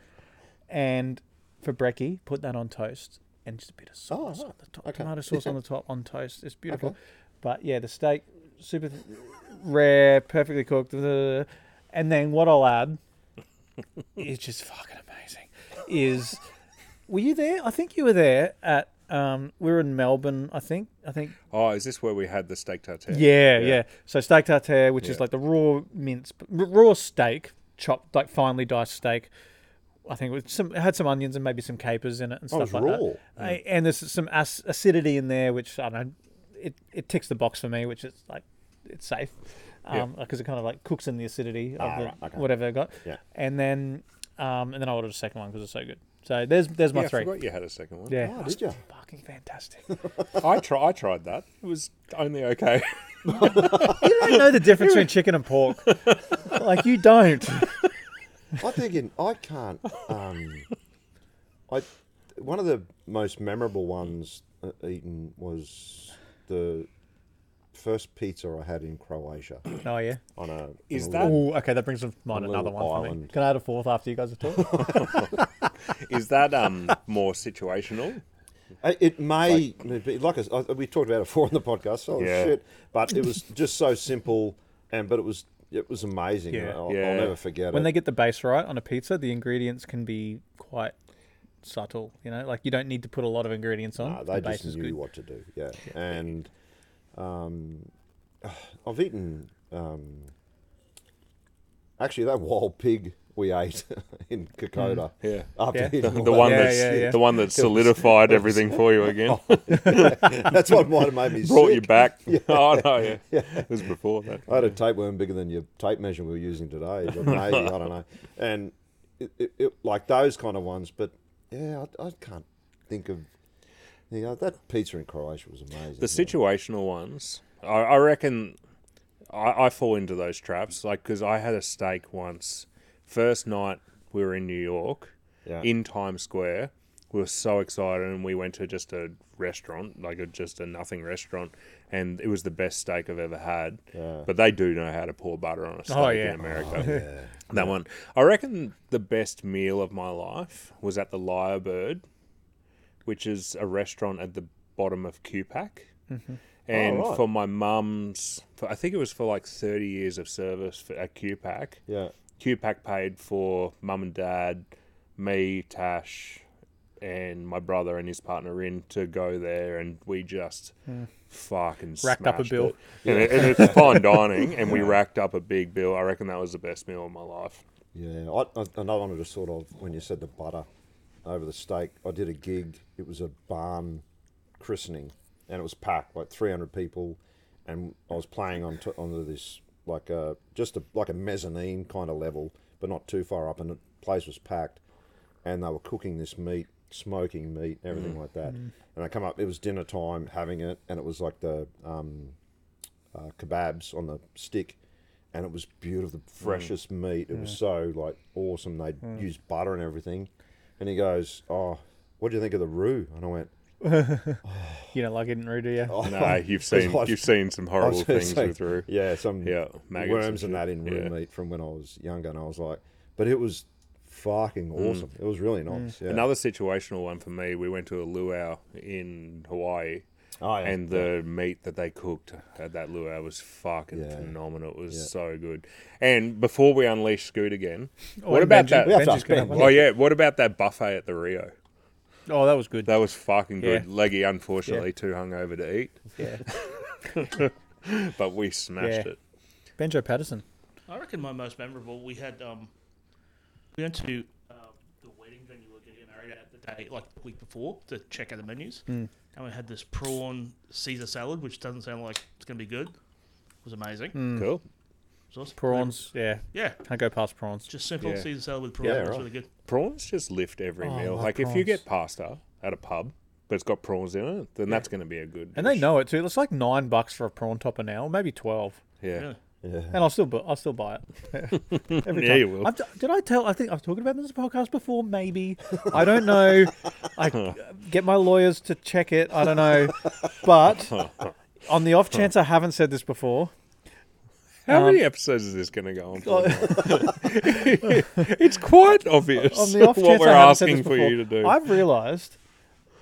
and for brekkie, put that on toast and just a bit of
Oh,
sauce
right.
on the top.
Okay.
Tomato sauce on the top on toast. It's beautiful.
Okay.
But yeah, the steak, super th- rare, perfectly cooked. da, da, da. And then what I'll add is just fucking amazing. Is were you there? I think you were there at. Um, we were in Melbourne, I think. I think.
Oh, is this where we had the steak tartare?
Yeah, yeah. So steak tartare, which is
Yeah.
like the raw mince, r- raw steak, chopped like finely diced steak, I think it was some it had some onions and maybe some capers in it and
Oh,
stuff
it was
like that.
raw.
I- and there's some ac- acidity in there, which I don't know. It it ticks the box for me, which is like it's safe because it kind of like cooks in the acidity of
Ah,
the,
right, okay.
whatever I got.
Yeah.
And then um, and then I ordered a second one because it's so good. So there's there's my
yeah, I
three.
forgot you had a second one.
Yeah,
Oh, did you?
fucking fantastic.
I, try, I tried that. It was only okay.
you don't know the difference between chicken and pork. Like you don't.
I think in, I can't. Um, I one of the most memorable ones uh, eaten was the first pizza I had in Croatia
Oh yeah.
on a.
Is
on a
that-
little-
Oh, okay. That brings to mind
A
another
little
one for me.
island.
Can I add a fourth after you guys have talked?
Is that um more situational?
I- It may be like I s- I- we talked about it before on the podcast. So
Yeah.
shit, but it was just so simple, and but it was it was amazing.
Yeah.
I'll,
Yeah.
I'll never forget
when
it.
they get the base right on a pizza, the ingredients can be quite subtle. You know, like you don't need to put a lot of ingredients on.
No,
the
Uh, they
base
just
is
knew
good.
what to do. Yeah, and um, I've eaten um, actually that wild pig we ate in Kokoda.
Hmm. Yeah.
after
Yeah.
eating all
The
that
one
Yeah,
that's
yeah, yeah.
the one that solidified everything for you again.
That's what might have made me
Brought
sick.
you back. Oh no, yeah. It was before that.
I had a tapeworm bigger than your tape measure we were using today, but maybe I don't know. And it, it, it, like those kind of ones, but yeah, I, I can't think of. You know, that pizza in Croatia was amazing.
The situational ones, I, I reckon, I, I fall into those traps. Like because I had a steak once. First night we were in New York,
Yeah.
in Times Square. We were so excited, and we went to just a restaurant, like a, just a nothing restaurant, and it was the best steak I've ever had.
Yeah.
But they do know how to pour butter on a steak
Oh, yeah.
in America. That one, I reckon, the best meal of my life was at the Lyrebird, which is a restaurant at the bottom of Cupac.
Mm-hmm.
And
Oh, right.
for my mum's, for, I think it was for like 30 years of service for, at QPAC.
Yeah.
QPAC paid for mum and dad, me, Tash, and my brother and his partner in to go there, and we just fucking
Hmm. Racked up a
smashed
bill.
It. And, it- and it's fine dining, and we racked up a big bill. I reckon that was the best meal of my life.
Yeah, I, I, and I wanted to sort of when you said the butter over the steak. I did a gig. It was a barn christening, and it was packed like three hundred people, and I was playing on to, onto this like a just a, like a mezzanine kind of level, but not too far up, and the place was packed, and they were cooking this meat, smoking meat, everything like that. And I come up. It was dinner time, having it, and it was like the um, uh, kebabs on the stick, and it was beautiful, the freshest meat. It was so like awesome. They would used butter and everything. And he goes, "Oh, what do you think of the roux?" And I went,
You don't like it in roux, do you?
"Oh,
No, you've seen
I've-
you've seen some
I was
horrible
gonna
things
say,
with Rue.
Yeah, some
Yeah, maggots
worms and
and
that in roux
Yeah.
meat from when I was younger." And I was like, "But it was fucking awesome. It was really nice." Yeah.
Mm. Another situational one for me. We went to a luau in Hawaii.
Oh, yeah.
And the meat that they cooked at that luau was fucking
Yeah.
phenomenal. It was so good. And before we unleash Scoot again,
Oh,
what
and
about
Benji-
that?
We have to
Benji's
ask
gonna
Ben.
have
Oh yeah, what about that buffet at the Rio?
one. Oh, that was good.
That was fucking good.
Yeah.
Leggy, unfortunately, too hungover to eat,
yeah.
but we smashed
Yeah.
it.
Benjo Patterson.
I reckon my most memorable. We had um, we went to um, the wedding venue we were getting married at the day, like the week before, to check out the menus, and we had this prawn Caesar salad, which doesn't sound like it's gonna be good. It was amazing.
Mm.
Cool.
It was awesome.
Prawns. Yeah.
Yeah,
Can't go past prawns.
just simple
Yeah.
Caesar salad with prawn.
Yeah,
That's
right.
really good.
Prawns just lift every
Oh, I
meal.
love
Like if you
prawns.
get pasta at a pub, but it's got prawns in it, then that's going to be a good.
And they
dish.
know it too. It's like nine bucks for a prawn topper now, or maybe twelve.
Yeah.
Yeah.
yeah.
And I'll still, bu- I'll still buy it. Every
Yeah,
time.
you will.
I've, d- did I tell? I think I've talked about this podcast before. Maybe I don't know. I get my lawyers to check it. I don't know, but on the off chance I haven't said this before,
How
Um,
many episodes is this going to go on for? it's quite obvious
on the off
what
chance
we're
I haven't said
asking
this
for
before,
you to do.
I've realised.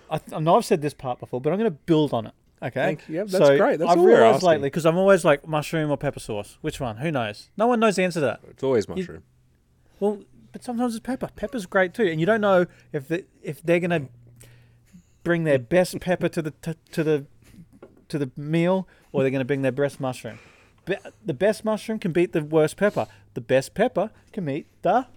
I, th- I know I've said this part before, but I'm going to build on it. Okay.
Thank you. Yep,
So
that's great. That's
I've
all we're
realised
asking.
lately because I'm always like mushroom or pepper sauce. Which one? Who knows? No one knows the answer to that.
it's always mushroom.
Well, but sometimes it's pepper. Pepper's great too, and you don't know if the, if they're gonna bring their best pepper to the to, to the to the meal, or they're gonna bring their best mushroom. Be, the best mushroom can beat the worst pepper. The best pepper can beat the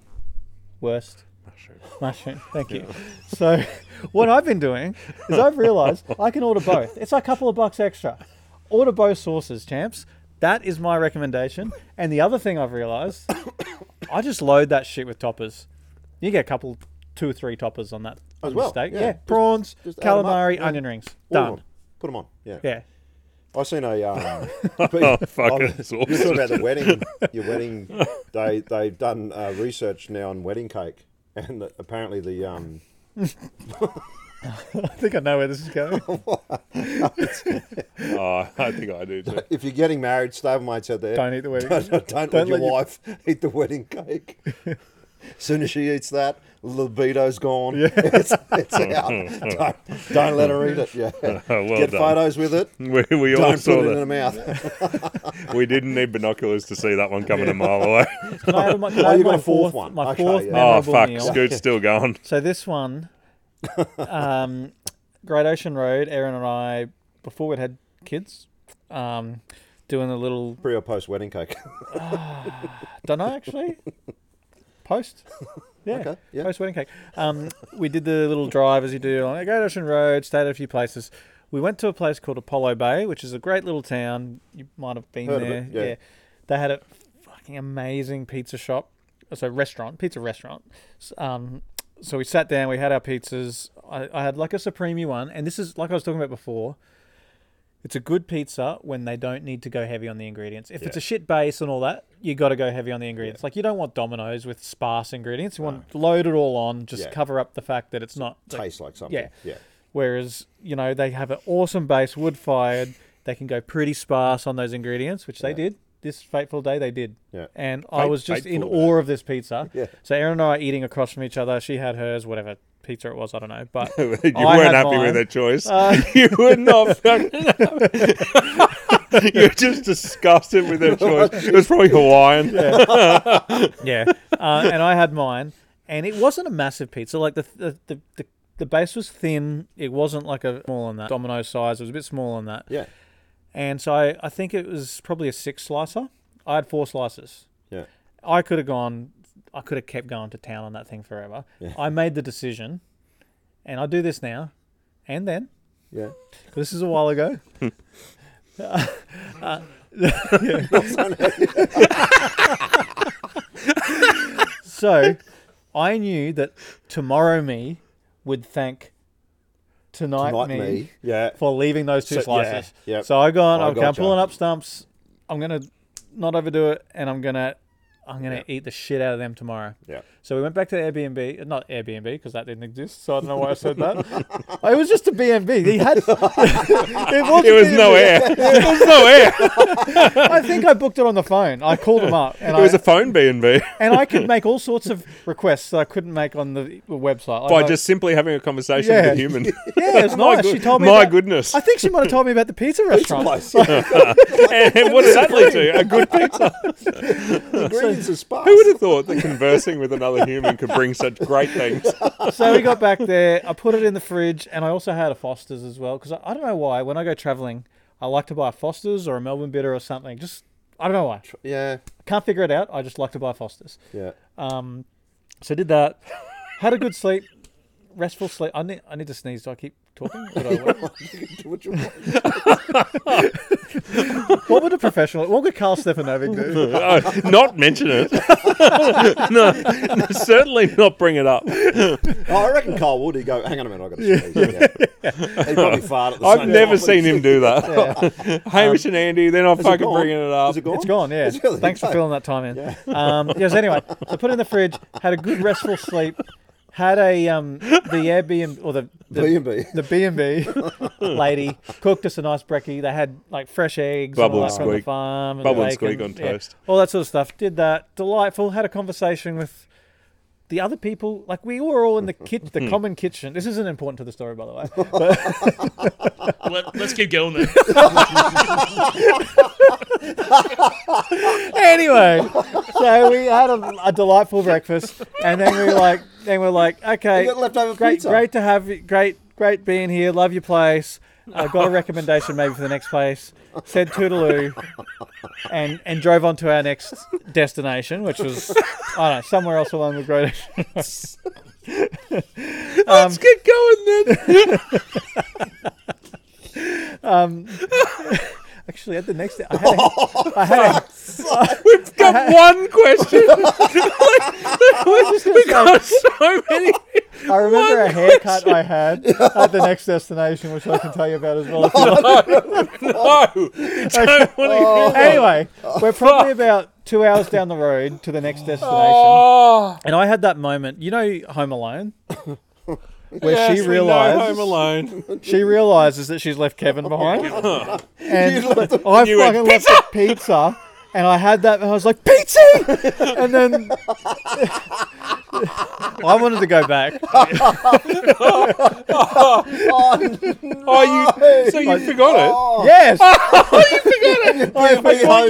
worst
Mushroom.
Mushroom. Thank you. So, what I've been doing is I've realised I can order both. It's a couple of bucks extra. Order both sauces, champs. That is my recommendation. And the other thing I've realised, I just load that shit with toppers. You get a couple, two or three toppers on that
As
on the
well,
steak.
yeah.
Yeah,
Just-
prawns,
just add 'em up,
calamari,
yeah.
onion rings.
All of
Done.
them. Put them on. Yeah.
Yeah.
I seen a. Um,
Oh, fuck,
I'm-
it's
You
awesome.
talk about the wedding, your wedding. They they've done uh, research now on wedding cake, and the, apparently the um,
I think I know where this is going.
Oh, I think I do too.
if you're getting married, stablemates out there,
Don't eat the wedding.
Don't, don't let
Don't
your
let your-
wife eat the wedding cake. Soon as she eats that, libido's gone. It's, it's out. Don't, don't let her eat it. Yeah.
well
Get
done.
photos with it.
We, we all
Don't
saw
put it in her
that.
mouth.
We didn't need binoculars to see that one coming a mile away.
Can I have my, can
Oh,
I have
you got
my
a fourth
fourth,
one.
My
Okay,
fourth
yeah.
Oh,
memorable
fuck.
meal.
Scoot's still going.
So this one, um, Great Ocean Road, Aaron and I, before we'd had kids, um, doing a little,
Pre or post wedding cake.
don't know actually, post. Yeah,
Okay, yeah.
post wedding cake. Um, we did the little drive as you do on Great Ocean Road, stayed at a few places. We went to a place called Apollo Bay, which is a great little town. You might have been
Heard of
there.
it, yeah.
They had a fucking amazing pizza shop. So restaurant, pizza restaurant. S- Um, so we sat down, we had our pizzas. I, I had like a Supreme one, and this is like I was talking about before. It's a good pizza when they don't need to go heavy on the ingredients. If it's a shit base and all that, you got to go heavy on the ingredients. Like you don't want Domino's with sparse ingredients. You want load it all on, just
Yeah.
cover up the fact that it's not.
Tastes like something.
Yeah.
Yeah.
Whereas you know they have an awesome base, wood fired. They can go pretty sparse on those ingredients, which they did. This fateful day, they did.
Yeah.
And I
Fate-
was just in
fateful day.
awe of this pizza.
Yeah.
So Erin and I are eating across from each other. She had hers, whatever pizza it was, I don't know. But
You
I
weren't
had
happy
mine. Uh,
with that choice. you were not fucking happy. You're just disgusted with that choice. It was probably Hawaiian.
yeah. Uh, and I had mine, and it wasn't a massive pizza. Like the the, the, the the base was thin. It wasn't like a small on that domino size. It was a bit small on that.
Yeah.
And so I, I think it was probably a six slicer. I had four slices.
Yeah.
I could have gone. I could have kept going to town on that thing forever. I made the decision, and I do this now, and then.
Yeah.
'cause This is a while ago. So I knew that tomorrow me would thank tonight,
Not
me,
me. Yeah.
for leaving those two
So-
slices.
yeah, yep.
So I gone.
I
okay, I'm
gotcha.
pulling up stumps. I'm gonna not overdo it, and I'm gonna I'm gonna eat the shit out of them tomorrow.
Yeah.
So we went back to Airbnb, not Airbnb because that didn't exist. So I don't know why I said that. it was just a BNB. He had it was,
There was no air. There was no air.
I think I booked it on the phone. I called him up, and
It was
I
a phone B&B
and I could make all sorts of requests that I couldn't make on the website.
by
Like,
just simply having a conversation
Yeah.
with a human.
yeah, it was
My
nice.
good-
she told me.
My
about-
goodness.
I think she might have told me about the pizza restaurant.
Place. Yeah.
and what did that lead to? A good pizza.
The ingredients are sparse.
Who would have thought that conversing with another human could bring such great things?
so we got back there. I put it in the fridge, and I also had a Foster's as well because I, I don't know why. When I go traveling, I like to buy a Foster's or a Melbourne Bitter or something. Just I don't know why.
Yeah.
Can't figure it out. I just like to buy Foster's.
Yeah.
Um, so did that. Had a good sleep, restful sleep. I need I need to sneeze. Do I keep talking? Or do I wait?
What you want?
what would a professional? What would Carl Stefanovic do?
Oh, not mention it. no, certainly not bring it up.
Oh, I reckon Carl would. He'd go, hang on a minute, I've got to sneeze. Yeah. He'd probably fart at the
I've
same
never
time.
seen him do that. Hamish and Andy, they're not
Um, Is it
fucking
gone?
bringing it up.
Is it gone?
It's gone. Yeah.
It's really
Thanks for
gone.
filling that time in. Um, yes. Anyway, so put it in the fridge. Had a good restful sleep. Had a um, the Airbnb or the, the
B&B.
the B and B lady cooked us a nice brekkie. They had like fresh eggs, and all
Bubble
that
and
from the
squeak.
farm, and
Bubble and
bacon,
squeak on
yeah,
toast.
all that sort of stuff. Did that delightful. Had a conversation with the other people. Like we were all in the kit,
Hmm.
the common kitchen. This isn't important to the story, by the way.
Let, let's keep going then.
anyway, so we had a, a delightful breakfast, and then we were like, then we're like, okay,
You got leftover
great,
pizza.
great to have you. Great, great being here. Love your place. I got a recommendation maybe for the next place. Said toodaloo, and and drove on to our next destination, which was I don't know somewhere else along the Great. Ocean Road.
Let's get going then.
Actually, at the next, I had a, I had a,
We've got one question. We've got so many.
I remember a haircut I had at the next destination, which I can tell you about as well. If you like.
Oh.
No, you don't want to hear that.
Anyway, we're probably about two hours down the road to the next destination,
Oh,
and I had that moment. You know, Home Alone, where
yes,
she
we know
realized
Home Alone.
she realizes that she's left Kevin behind, and but I
you went,
fucking left the pizza, and I had that, and I was like pizza, and then I wanted to go back.
Oh, you. So you forgot
Oh,
Yes,
yeah,
I thought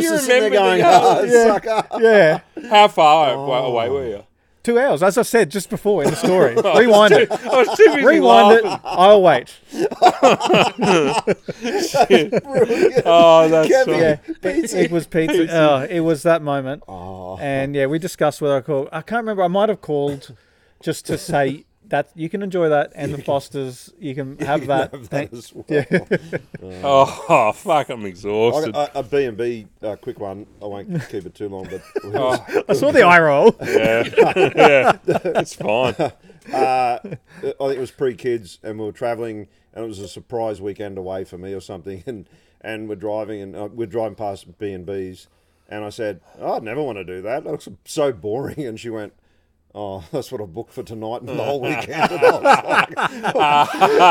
you remembered the hours.
"Ah, sucker.
yeah.
it. How far
Oh.
away were you?
Two hours, as I said just before in the story. Rewind it.
I was too busy
Rewind
laughing.
it. I'll wait.
Oh, that's
Kevin.
funny.
Yeah, it,
Pizza.
it was pizza. Oh, it was that moment.
Oh,
And yeah, we discussed whether I called. I can't remember. I might have called just to say that you can enjoy that, and the Fosters you can have that.
have
Thank-
that as well.
Oh, oh, fuck, I'm
I
Oh,
exhausted.
got a- a B and B uh, quick one. I won't keep it too long, but
I saw the eye roll.
yeah. yeah, it's fine.
uh, I think it was pre kids, and we were traveling, and it was a surprise weekend away for me or something, and and we're driving, and uh, we're driving past B and B's, and I said, oh, "I'd never want to do that. That looks so boring," and she went. Oh, that's what I booked for tonight and the whole weekend. And I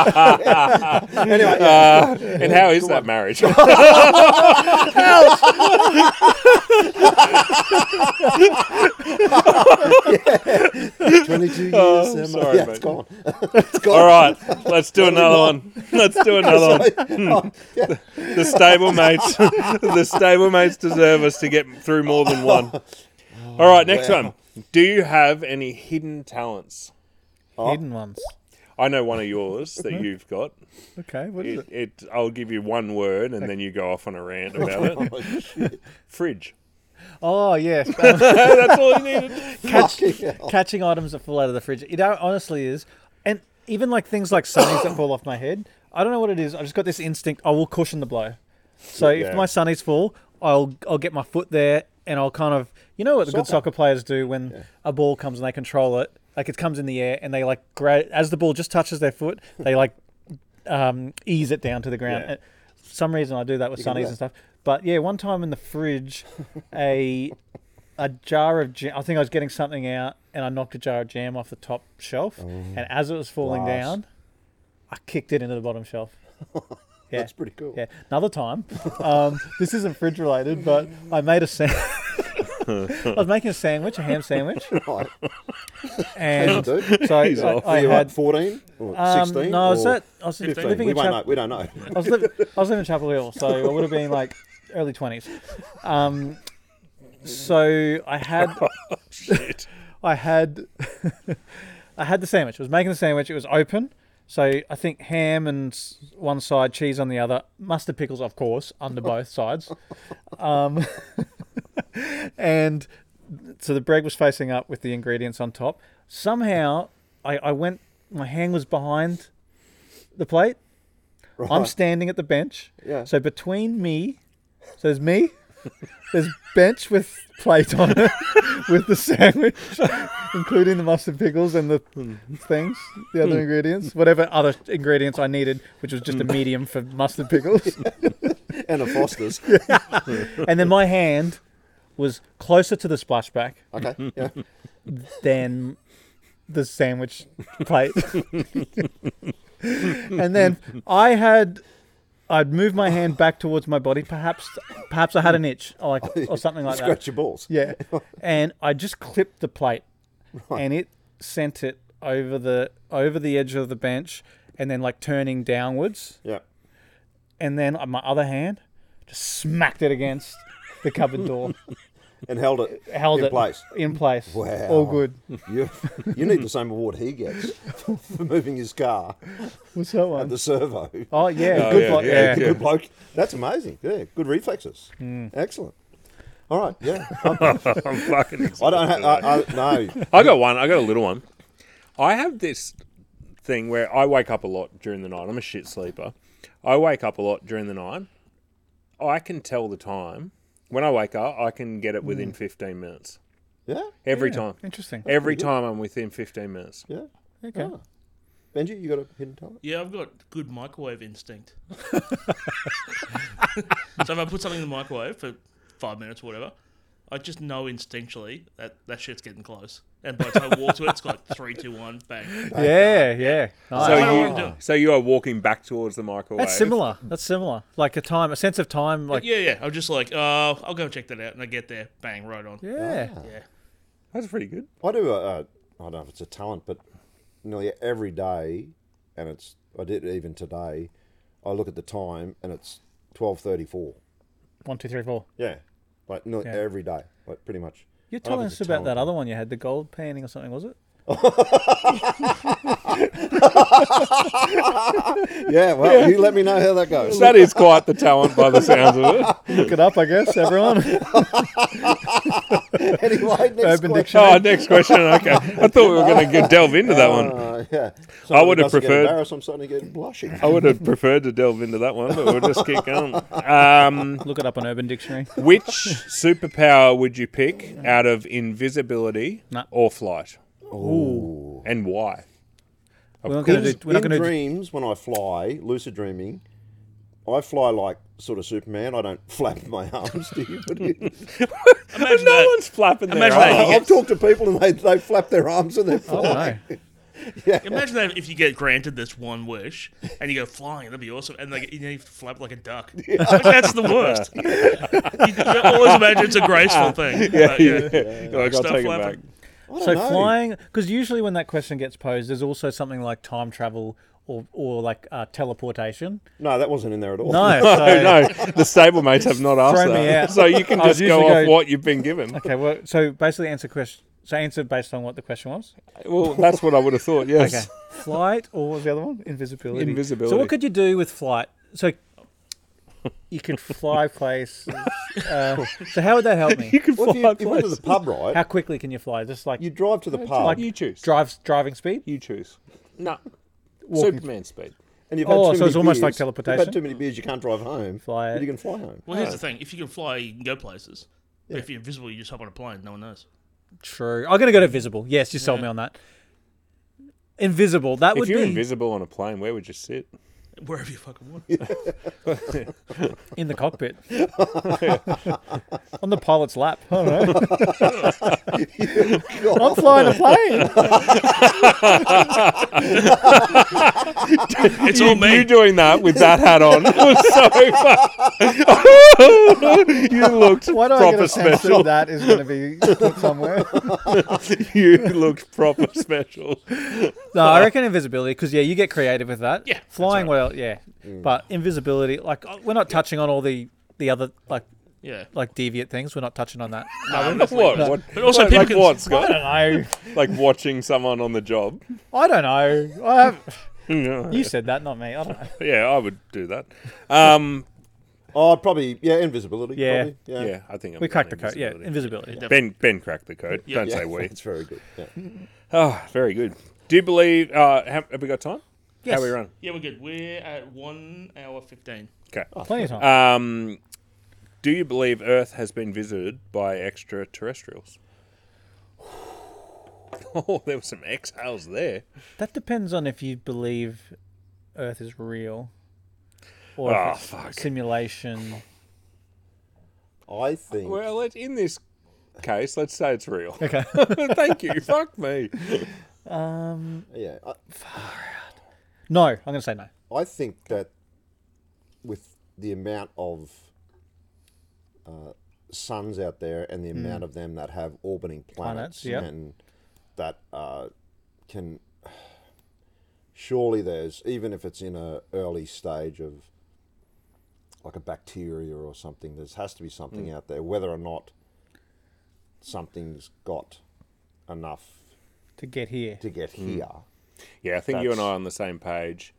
was like- anyway, yeah,
Uh, and how is that marriage?
twenty-two years.
Oh,
um,
sorry,
yeah, it's
mate.
gone.
All right, let's do another one. Let's do another one. Hmm.
Oh,
The stablemates, the stablemates deserve us to get through more than one.
Oh,
All right, next
wow.
one. Do you have any hidden talents?
Hidden ones.
I know one of yours
Mm-hmm.
that you've got.
Okay, what is
It,
it?
it, I'll give you one word, and then you go off on a rant about it. Fridge.
Oh yes,
That's all you needed.
Catch, catching items that fall out of the fridge. It uh, honestly is, and even like things like sunnies that fall off my head. I don't know what it is. I just got this instinct. I will cushion the blow. So
Yeah.
if my sunnies fall, I'll I'll get my foot there and I'll kind of you know what the good soccer players do when a ball comes and they control it. Like it comes in the air and they like gra- as the ball just touches their foot, they like um, ease it down to the ground.
Yeah.
Uh, Some reason I do that with
can do
sunnies
that.
and stuff. But yeah, one time in the fridge, a a jar of jam. I think I was getting something out, and I knocked a jar of jam off the top shelf.
Oh.
and as it was falling
Blast.
down, I kicked it into the bottom shelf. Yeah,
That's pretty cool.
yeah. Another time, um, this isn't fridge related, but I made a sandwich. I was making a sandwich, a ham sandwich,
Right.
and so
Dude,
I,
He's off.
I
you're
had.
at 14 or
Um,
16?
no, I was
or
at. I was
15?
living
We
in
won't
Chapel.
know. We don't know.
I was, liv- I was living in Chapel Hill, so I would have been like early 20s. Um, so I had
Shit.
I had I had the sandwich. I was making the sandwich. It was open. So I think ham and s- one side, cheese on the other, mustard pickles, of course, under both sides. Um, and so the bread was facing up with the ingredients on top. Somehow I, I went, my hand was behind the plate. I'm standing at the bench.
Yeah.
So between me, so there's me, there's bench with plate on it, with the sandwich, including the mustard pickles and the things, the other ingredients, whatever other ingredients I needed, which was just a medium for mustard pickles.
and a Foster's.
And then my hand was closer to the splashback
Okay. Yeah.
than the sandwich plate. and then I had I'd move my hand back towards my body, perhaps perhaps I had an itch or like or something like that.
Scratch your balls.
Yeah. And I just clipped the plate and it sent it over the over the edge of the bench and then like turning downwards
Yeah.
and then on my other hand just smacked it against the cupboard door.
And held it.
Held
in
it
place.
in place.
Wow.
All good.
You, you need the same award he gets for moving his car
What's that one?
at the servo.
Oh yeah,
Oh,
good
yeah,
block.
yeah,
Yeah, Mm.
Good bloke. That's amazing. Yeah. Good reflexes. Excellent. All right. Yeah. I'm-
I'm fucking
I
exhausted.
don't. ha- I, I, no.
I got one. I got a little one. I have this thing where I wake up a lot during the night. I'm a shit sleeper. I wake up a lot during the night. I can tell the time. When I wake up, I can get it within 15 minutes.
Yeah,
Every
Mm. Yeah,
time.
Interesting.
Every time I'm within 15 minutes.
yeah.
Okay.
Ah. Benji, you got a hidden talent?
Yeah, I've got good microwave instinct. so if I put something in the microwave for five minutes or whatever, I just know instinctually that that shit's getting close. And by the time I walk to it, it's like three, two, one, bang.
Yeah, yeah. Nice.
So
I know what
you,
I'm doing.
so you are walking back towards the microwave.
That's similar. That's similar. Like a time, a sense of time. Like yeah,
Yeah, yeah. I'm just like, uh, I'll go and check that out, and I get there, bang, right on. Yeah.
That's pretty good.
I do. A, a, I don't know if it's a talent, but nearly every day, and it's I did it even today. I look at the time, and it's twelve thirty-four.
one, two, three, four.
Yeah, like nearly
Yeah.
every day, like pretty much.
You're
I don't know
telling
if
us
it's a
about that
talent.
other one you had, the gold painting or something, was it?
Yeah, well, you let me know how that goes.
That is quite the talent by the sounds of it.
Look it up, I guess. Everyone.
anyway, next
Urban
question.
Dictionary.
Oh, next question. Okay. I thought we were going to delve into that one.
Uh, yeah,
I
Somebody
would have
must get
preferred-
Embarrassed, I'm starting to get blushing.
I would have preferred to delve into that one, but we'll just keep going. Um,
Look it up on Urban Dictionary.
which superpower would you pick out of invisibility
Nah.
or flight,
Ooh.
and why?
We're not going to
Because
do. We're not
in
going to. do
dreams, when I fly, lucid dreaming, I fly like sort of Superman. I don't flap my arms. Do you? What do you?
Imagine
No
Uh,
that.
one's flapping their
Imagine that.
arms.
you
I've talked to people and they, they flap their arms and they
I
fly.
don't know.
Imagine that if you get granted this one wish and you go flying, that'd be awesome. And like you, know, you flap like a duck. Like, that's the worst. you, you always imagine it's a graceful thing.
Yeah,
but,
yeah. Like, I'll
Stop
take it back.
flapping.
I don't
So
know.
flying, because usually when that question gets posed, there's also something like time travel or or like uh, teleportation.
No, that wasn't in there at all.
No.
No,
so-
no, the stablemates have not asked
Throw me
that.
out.
So you can
I was
just go
usually
off
go-
what you've been given.
Okay. Well, so basically, answer question. So answer based on what the question was.
Well, that's what I would have thought. Yes.
Okay. Flight or what was the other one? Invisibility.
Invisibility.
So what could you do with flight? So you could fly places. Uh, so how would that help me?
You can
Well,
fly
if you, if you went to
places.
the pub, right?
How quickly can you fly? Just like
You drive to the pub
like-
You choose.
drives driving speed.
You choose. No. Superman speed.
and you've had
Oh,
too
so it's
many
almost like
beers. You've had
teleportation?
too many beers, you can't drive home.
Fly it.
but you can fly home.
Well, here's the thing: if you can fly, you can go places. But if you're invisible, you just hop on a plane. No one knows.
True. I'm gonna go to visible. Yes, you sold me on that. Invisible. That
If
would
you're
be
invisible on a plane, where would you sit?
Wherever you fucking want.
in the cockpit. on the pilot's lap. I don't know. I'm flying a plane.
It's
you,
all me.
you doing that with that hat on was so fun. you looked
Why do I get
proper
a sense
special.
that that is going to be put somewhere?
You looked proper special.
No, I reckon invisibility because yeah, you get creative with that.
Yeah, that's
flying
right.
well, yeah, but invisibility. Like uh, we're not touching on all the the other like
yeah.
like deviant things. We're not touching on that.
No,
What? what
But also
like,
people
like
can-
what, Scott?
I don't
Like watching someone on the job.
know. I don't know. I have,
Yeah,
you said that, not me. I don't know.
yeah, I would do that. Um,
Oh, I'd probably yeah, invisibility.
Yeah.
probably, yeah.
yeah, I think I'm
We
going
cracked the code. Yeah,
invisibility.
invisibility.
Ben Ben cracked the code.
Yeah.
Don't
Yeah,
say we.
It's very good. Yeah.
Oh, very good. Do you believe? Uh, have, have we got time?
Yes.
How we run?
Yeah, we're good. We're at one hour fifteen.
Okay.
Plenty of time.
Um, do you believe Earth has been visited by extraterrestrials? Oh, there were some exhales there.
That depends on if you believe Earth is real or
Oh,
if it's
fuck.
simulation.
I think.
Well, let in this case, let's say it's real.
Okay.
Thank you. Fuck me.
yeah, I,
No, I'm going to say no.
I think that with the amount of uh, suns out there and the amount of them that have orbiting planets,
Mm. Planets, yep.
and that uh, can surely there's even if it's in a early stage of like a bacteria or something, there has to be something
Mm.
out there, whether or not something's got enough
To get here.
to get here.
Yeah, I think you and I
That's-
are on the same page.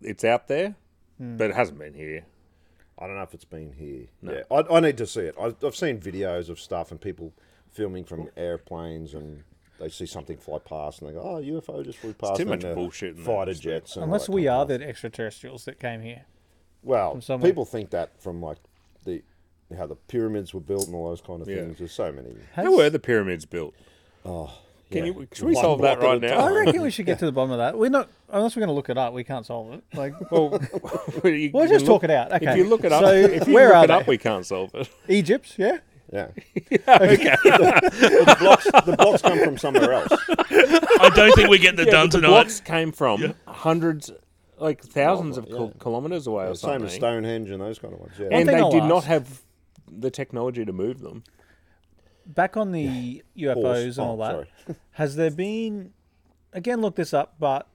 It's out there,
Hmm.
but it hasn't been here.
I don't know if it's been here. Yeah, I, I need to see it. I, I've seen videos of stuff and people filming from airplanes, and they they see something fly past and they go, "Oh, UFO just flew past."
too
and
much
they're
bullshit in that,
Fighter
isn't there?
jets. and all
Unless
that
we
kind of
are
stuff.
the extraterrestrials that came here.
Well,
somewhere.
people think that from like the how the pyramids were built and all those kind of
Yeah.
things. There's so many.
How were the pyramids built?
yeah,
Can you? Should we
one
solve that
block at
right
a
now?
I reckon we should get to the bottom of that. We're not unless we're going to look it up. We can't solve it. Like
Well, you
We'll
can
just
look-
talk it out. Okay.
If you look it up,
So,
if you
where
look
are
it up,
they?
we can't solve it.
Egypt, yeah.
Yeah. the, blocks, the blocks come from somewhere else.
I don't think we're getting it
Yeah,
done
but the
tonight.
blocks came from hundreds, like thousands
Oh,
of kil-
yeah.
kilometers away or
Same
something.
as Stonehenge and those kind of ones. Yeah.
and
thing
they
I'll
did not
ask-
have the technology to move them.
Back on the
Horse.
UFOs and all
Oh,
that.
sorry.
Has there been? Again, look this up. But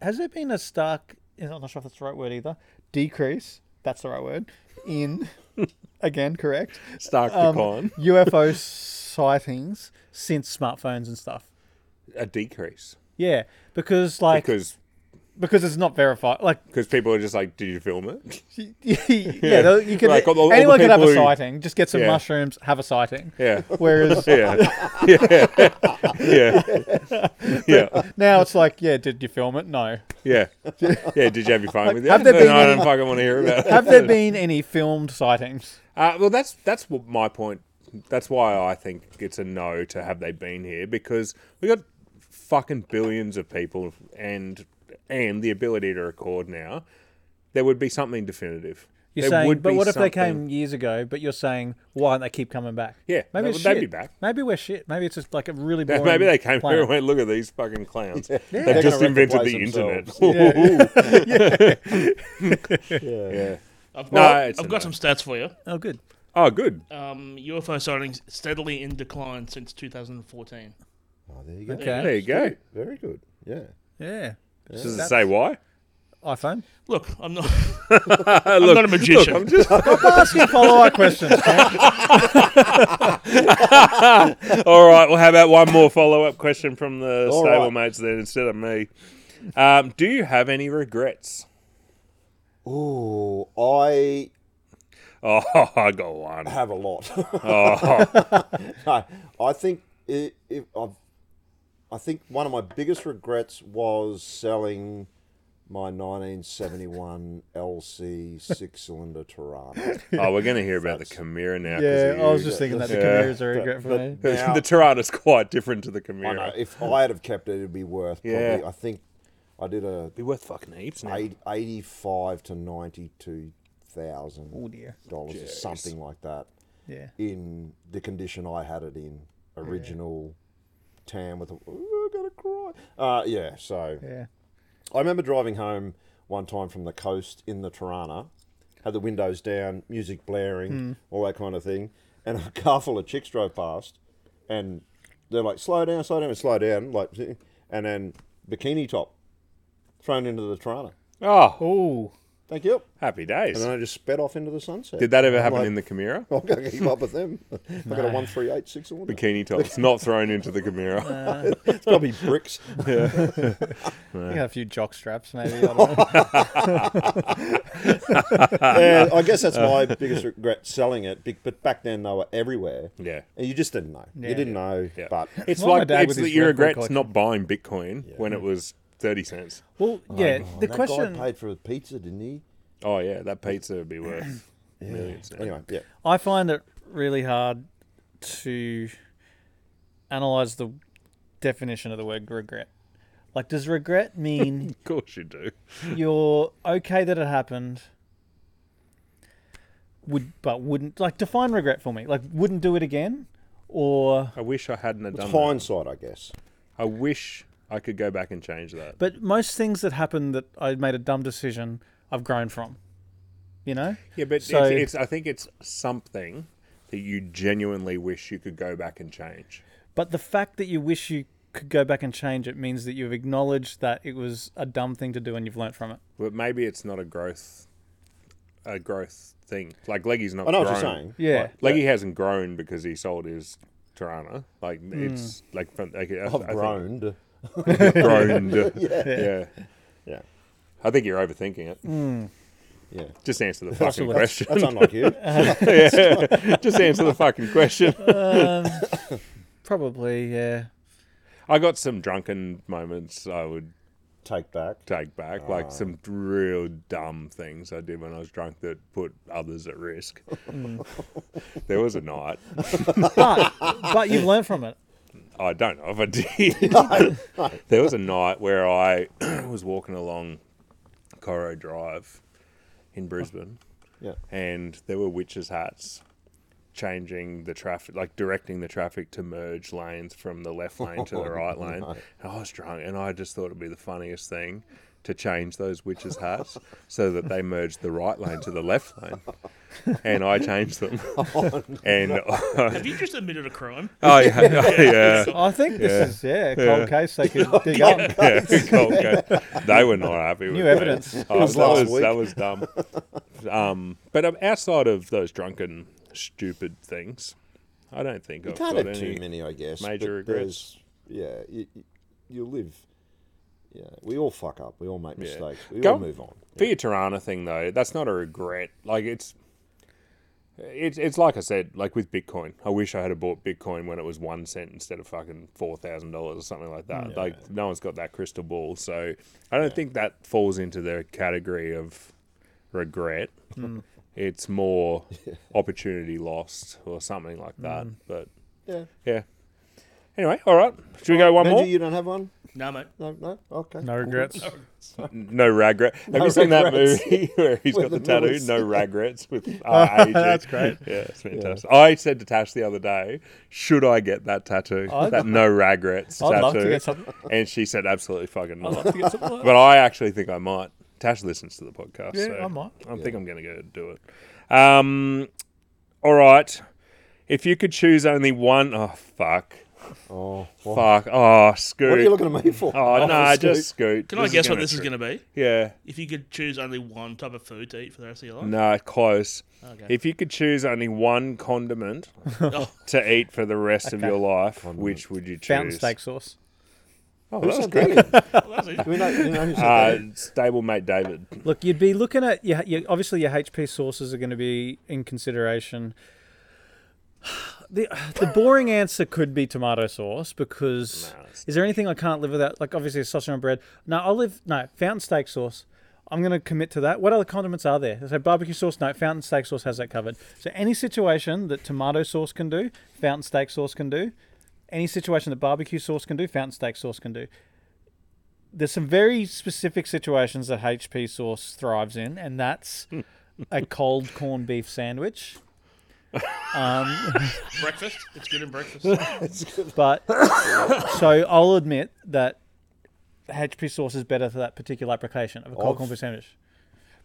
has there been a stark? I'm not sure if that's the right word either. Decrease. That's the right word. In again, correct.
Stark
Um,
decline,
UFO sightings since smartphones and stuff.
a decrease
Yeah, because like because,
because
it's not verified. Like
because people are just like, did you film it?
yeah, though you can
Like, all the- all the
anyone can have a
people who-
sighting. Just get some
Yeah.
mushrooms, have a sighting.
Yeah,
Whereas
yeah, yeah, yeah, yeah,
now it's like, yeah, did you film it? No.
yeah, yeah. Did you have your phone with you?
have there
No,
been
I
any-
don't fucking want to hear about it.
Have there been any filmed sightings?
Uh, well, that's that's what my point. That's why I think it's a no to have they been here because we got fucking billions of people and and the ability to record now. There would be something definitive.
You're
There
saying,
would
but
be
what if they
something-
came years ago? But you're saying, why don't they keep coming back?
Yeah,
maybe
they-
it's
they'd
shit.
be back.
Maybe we're shit. Maybe it's just like a really boring.
Maybe they came here
planet.
and went, look at these fucking clowns.
They're
They've
gonna
just invented the
recognize
internet.
Yeah.
I've
No,
got,
it's a
I've got
no.
some stats for you.
Oh, good.
oh, good.
Um, UFO sightings steadily in decline since 2014.
Oh, there you go.
Okay.
There you
Oh,
go.
Very good. Yeah.
Yeah.
Does it say why?
iPhone.
Look, I'm not.
I'm
not a magician.
Uh, I'm just,
Stop asking follow-up questions. Cam.
all right. Well, how about one more follow-up question from the
All right.
stablemates then instead of me? Um, do you have any regrets?
Oh, I
Oh, I got one.
have a lot.
Oh,
no, I think i if I've, I think one of my biggest regrets was selling my 1971 LC six cylinder Tirana.
oh, we're going to hear about the Chimera now. 'cause
Yeah,
of
I was
you.
just thinking that the
Yeah.
Khmer is a regret for me.
The-
Now-
the Tirana's quite different to the
I know,
Chimera.
if I had have kept it, it'd be worth probably.
Yeah.
I think I did a
Be worth fucking heaps now.
eight, 85 to 92
Oh
thousand
dear.
dollars or something like that
Yeah.
in the condition I had it in original tan with a "Ooh, I'm gonna cry uh yeah so
Yeah.
I remember driving home one time from the coast in the Tirana, had the windows down, music blaring,
Hmm.
all that kind of thing, and a car full of chicks drove past, and they're like, "Slow down, slow down, slow down," like, and then bikini top thrown into the Tirana.
Oh,
Oh.
Thank you.
happy
And
days.
then I just sped off into the sunset.
Did that ever happen
like- Oh.
in the Chimera?
I'm going to keep up with them. I've got a one three eight six cylinder.
Bikini tops, not thrown into the Chimera.
It's probably bricks.
You got a few jock straps, maybe. I don't know.
and I guess that's my biggest regret selling it. be- But back then they were everywhere.
Yeah.
And you just didn't know.
Yeah.
You didn't know.
Yeah.
But
It's
Well, my
like
dad
it's
with
that
his
you
record
regret
collection.
not buying Bitcoin when it was thirty cents.
well, yeah. the
that
question
guy paid for a pizza, didn't he?
Oh yeah, that pizza would be worth millions. now.
Anyway, yeah.
I find it really hard to analyze the definition of the word regret. Like, does regret mean
Of course you do.
you're okay that it happened? Would but wouldn't like define regret for me? Like, wouldn't do it again, or
I wish I hadn't have done
It's
that.
hindsight, I guess.
I wish I could go back and change that.
But most things that happen that I made a dumb decision, I've grown from. You know?
Yeah, but
So-
it's, it's, I think it's something that you genuinely wish you could go back and change.
But the fact that you wish you could go back and change it means that you've acknowledged that it was a dumb thing to do and you've learnt from it.
But maybe it's not a growth, a growth thing. Like Leggy's not.
I know
grown.
what you're saying.
Yeah.
Right.
Leggy hasn't grown because he sold his Tirana. Like it's like, from- like I,
Hmm. I've groaned.
grown. yeah.
Yeah.
I think you're overthinking it.
Yeah.
Just answer the fucking
Absolutely.
question.
Hmm. That's unlike you.
Uh-huh.
Just answer the fucking question.
Probably, yeah.
I got some drunken moments I would
Take back.
take back, like some real dumb things I did when I was drunk that put others at risk. there was a night.
But, but you've learned from it.
I don't know if I did. there was a night where I was walking along Coro Drive in Brisbane,
Yeah.
and there were witches' hats changing the traffic, like directing the traffic to merge lanes from the left lane to the right lane. And I was drunk, and I just thought it'd be the funniest thing to change those witches' hats so that they merged the right lane to the left lane. And I changed them. and I,
Have you just admitted a crime?
oh, yeah, oh, yeah.
I think this
Yeah.
is yeah, a cold case they could dig up.
yeah, cold case. They were not happy with
New
that.
evidence.
Oh,
was
that,
last
was,
week.
that was dumb. Um, but um, outside of those drunken, stupid things, I don't think I've
Can't
got
have
any.
too many, I guess.
major
but there's- Yeah, you, you, you live. Yeah, we all fuck up. We all make mistakes. We
Go-
all move on.
For your Tirana thing, though, that's not a regret. Like it's, it's it's like I said, like with Bitcoin. I wish I had have bought Bitcoin when it was one cent instead of fucking four thousand dollars or something like that. Like no one's got that crystal ball, so I don't think that falls into the category of regret.
Hmm.
It's more opportunity lost or something like that.
Hmm.
But
Yeah.
yeah. Anyway, all right. Should we go one
Benji,
more?
you don't have one?
No, mate.
No, no. Okay.
No regrets.
No regrets. Have you seen
regrets.
that movie where he's got
With
the,
the
tattoo?
Millers.
No regrets with uh, AG.
That's great.
Yeah, it's fantastic. I said to Tash the other day, "Should I get that tattoo?
I'd-
that no regrets
I'd
tattoo?"
love to get something.
And she said, "Absolutely fucking not."
Like to get something like that.
but I actually think I might. Tash listens to the podcast.
Yeah,
so
I might.
I think I'm going to go do it. Um, all right. If you could choose only one, oh fuck,
Oh, what,
fuck, oh scoot.
what are you looking at me for?
Oh, no,
Scoot.
just scoot.
Can I guess what this is going
to?
to be?
Yeah.
If you could choose only one type of food to eat for the rest of your life?
No, close.
Okay.
If you could choose only one condiment
Oh,
to eat for the rest of your life, which would you choose?
Fountain steak sauce.
Oh,
Who
that was
said
great.
that?
well, that's it.
Do we know, do you know who said
Uh,
that?
stablemate David.
Look, you'd be looking at your, your obviously your HP sources are going to be in consideration. The the boring answer could be tomato sauce because
No, it's-
is there anything I can't live without? Like obviously sausage and bread. No, I'll live no fountain steak sauce. I'm going to commit to that. What other condiments are there? So barbecue sauce, no. Fountain steak sauce has that covered. So any situation that tomato sauce can do, fountain steak sauce can do. Any situation that barbecue sauce can do, fountain steak sauce can do there's some very specific situations that HP sauce thrives in, and that's a cold corned beef sandwich.
breakfast. It's good in breakfast. Well,
But so I'll admit that HP sauce is better for that particular application of a cold
Of-
corned beef sandwich.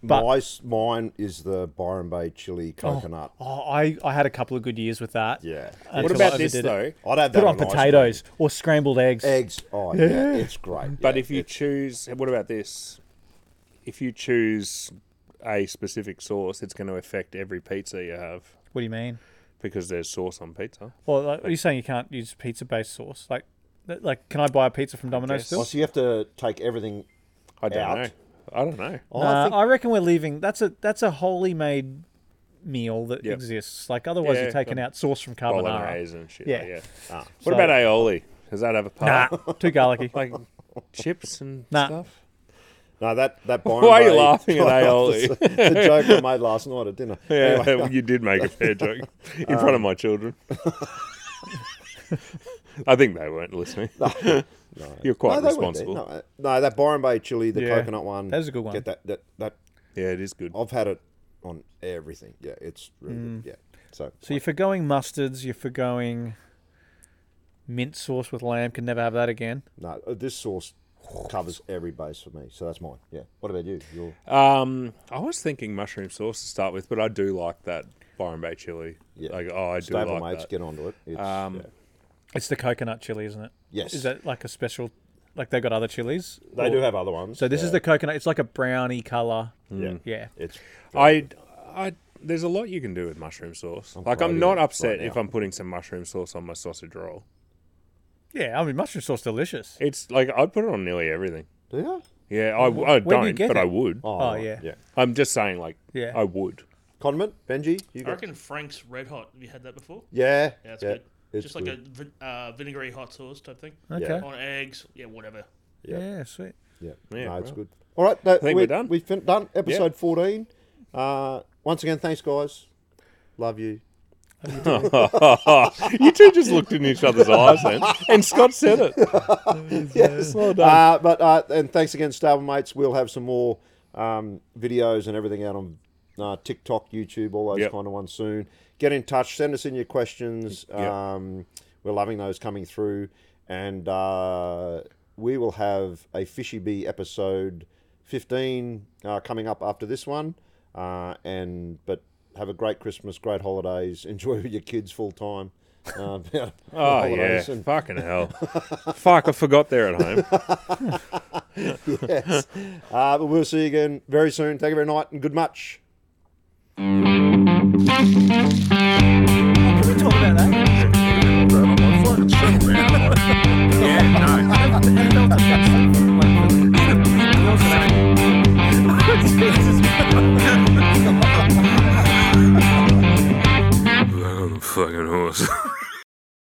but-
My, s- mine is the Byron Bay chili coconut.
Oh, I, I had a couple of good years with that.
Yeah.
Until
What
I
about this,
overdid it.
though?
I'd have that
Put it on
ice cream.
potatoes or scrambled eggs.
Eggs. Oh, yeah. It's great.
But
yeah.
if you choose, what about this? If you choose a specific sauce, it's going to affect every pizza you have
What do you mean?
because there's sauce on pizza.
Well, like, are you saying you can't use pizza based sauce? Like, th- like, can I buy a pizza from Domino's
guess.
still?
Oh, so you have to take everything.
I don't
Out.
know. I don't know.
Oh,
Nah, Uh, I,
I think
reckon we're leaving. That's a that's a wholly made meal that
Yep.
exists. Like otherwise,
Yeah,
you're taking
um,
out sauce from carbonara.
Bolognese and shit.
Yeah.
Yeah. yeah.
Ah.
What about aioli? Does that have a
Nah,
part?
too garlicky.
Like chips and
Nah.
stuff?
No, that that Byron
Why are you
Bay-
laughing at aioli?
the joke I made last night at dinner.
Yeah, you did make a fair joke in
Um,
front of my children. I think they weren't listening. You're quite
they wouldn't be.
responsible.
No, uh, no, that Byron Bay chili, the
Yeah.
coconut one.
That was a good one.
Get that, that that
Yeah, it is good.
I've had it on everything. Yeah, it's really good. Yeah. So,
Mm. So you're forgoing mustards. You're forgoing mint sauce with lamb. Can never have that again.
no, uh, this sauce covers every base for me. So that's mine. Yeah. What about you? Your
Um, I was thinking mushroom sauce to start with, but I do like that Byron Bay chili.
Yeah.
Like, oh, I do
stable
like
mates
that.
get onto it. It's,
Um,
yeah.
It's the coconut chili, isn't it?
Yes.
Is that like a special? Like they got other chilies.
They do have other ones.
So this is
yeah.
the coconut. It's like a brownie color.
Yeah.
Yeah.
It's
I, I, there's a lot you can do with mushroom sauce. like, I'm
craving
not
it right
upset if
now.
I'm putting some mushroom sauce on my sausage roll.
Yeah. I mean, mushroom sauce delicious.
It's like I'd put it on nearly everything.
Do you?
Yeah, I, w-
Where
I
do you
don't,
get
but
it?
I would.
Oh, yeah.
Oh, Yeah.
I'm just saying, like,
Yeah.
I would.
Condiment, Benji, you
I
got
reckon Frank's Red Hot. Have you had that before?
Yeah.
Yeah, it's
yeah.
good.
It's
just like
good.
a vin- uh, vinegary hot sauce type thing
Okay.
Yeah.
on eggs. Yeah, whatever.
Yep.
Yeah, sweet.
Yeah,
Yeah,
no, it's
well.
good. All right, that,
I think
we,
we're done.
We've fin- done episode 14. Uh, once again, thanks, guys. Love you.
you two just looked in each other's eyes then, and Scott said it. Well done.
Uh, but uh, and thanks again, Stable Mates. We'll have some more um, videos and everything out on uh, TikTok, YouTube, all those
Yep.
kind of ones soon. Get in touch. Send us in your questions. Um, we're loving those coming through, and uh, we will have a Fishy Bee episode fifteen uh, coming up after this one. Uh, and but have a great Christmas, great holidays. Enjoy with your kids full time. Uh, oh
Oh yeah, fucking hell! Fuck, I forgot they're at home.
yes. Uh, but we'll see you again very soon. Take a very night and good match.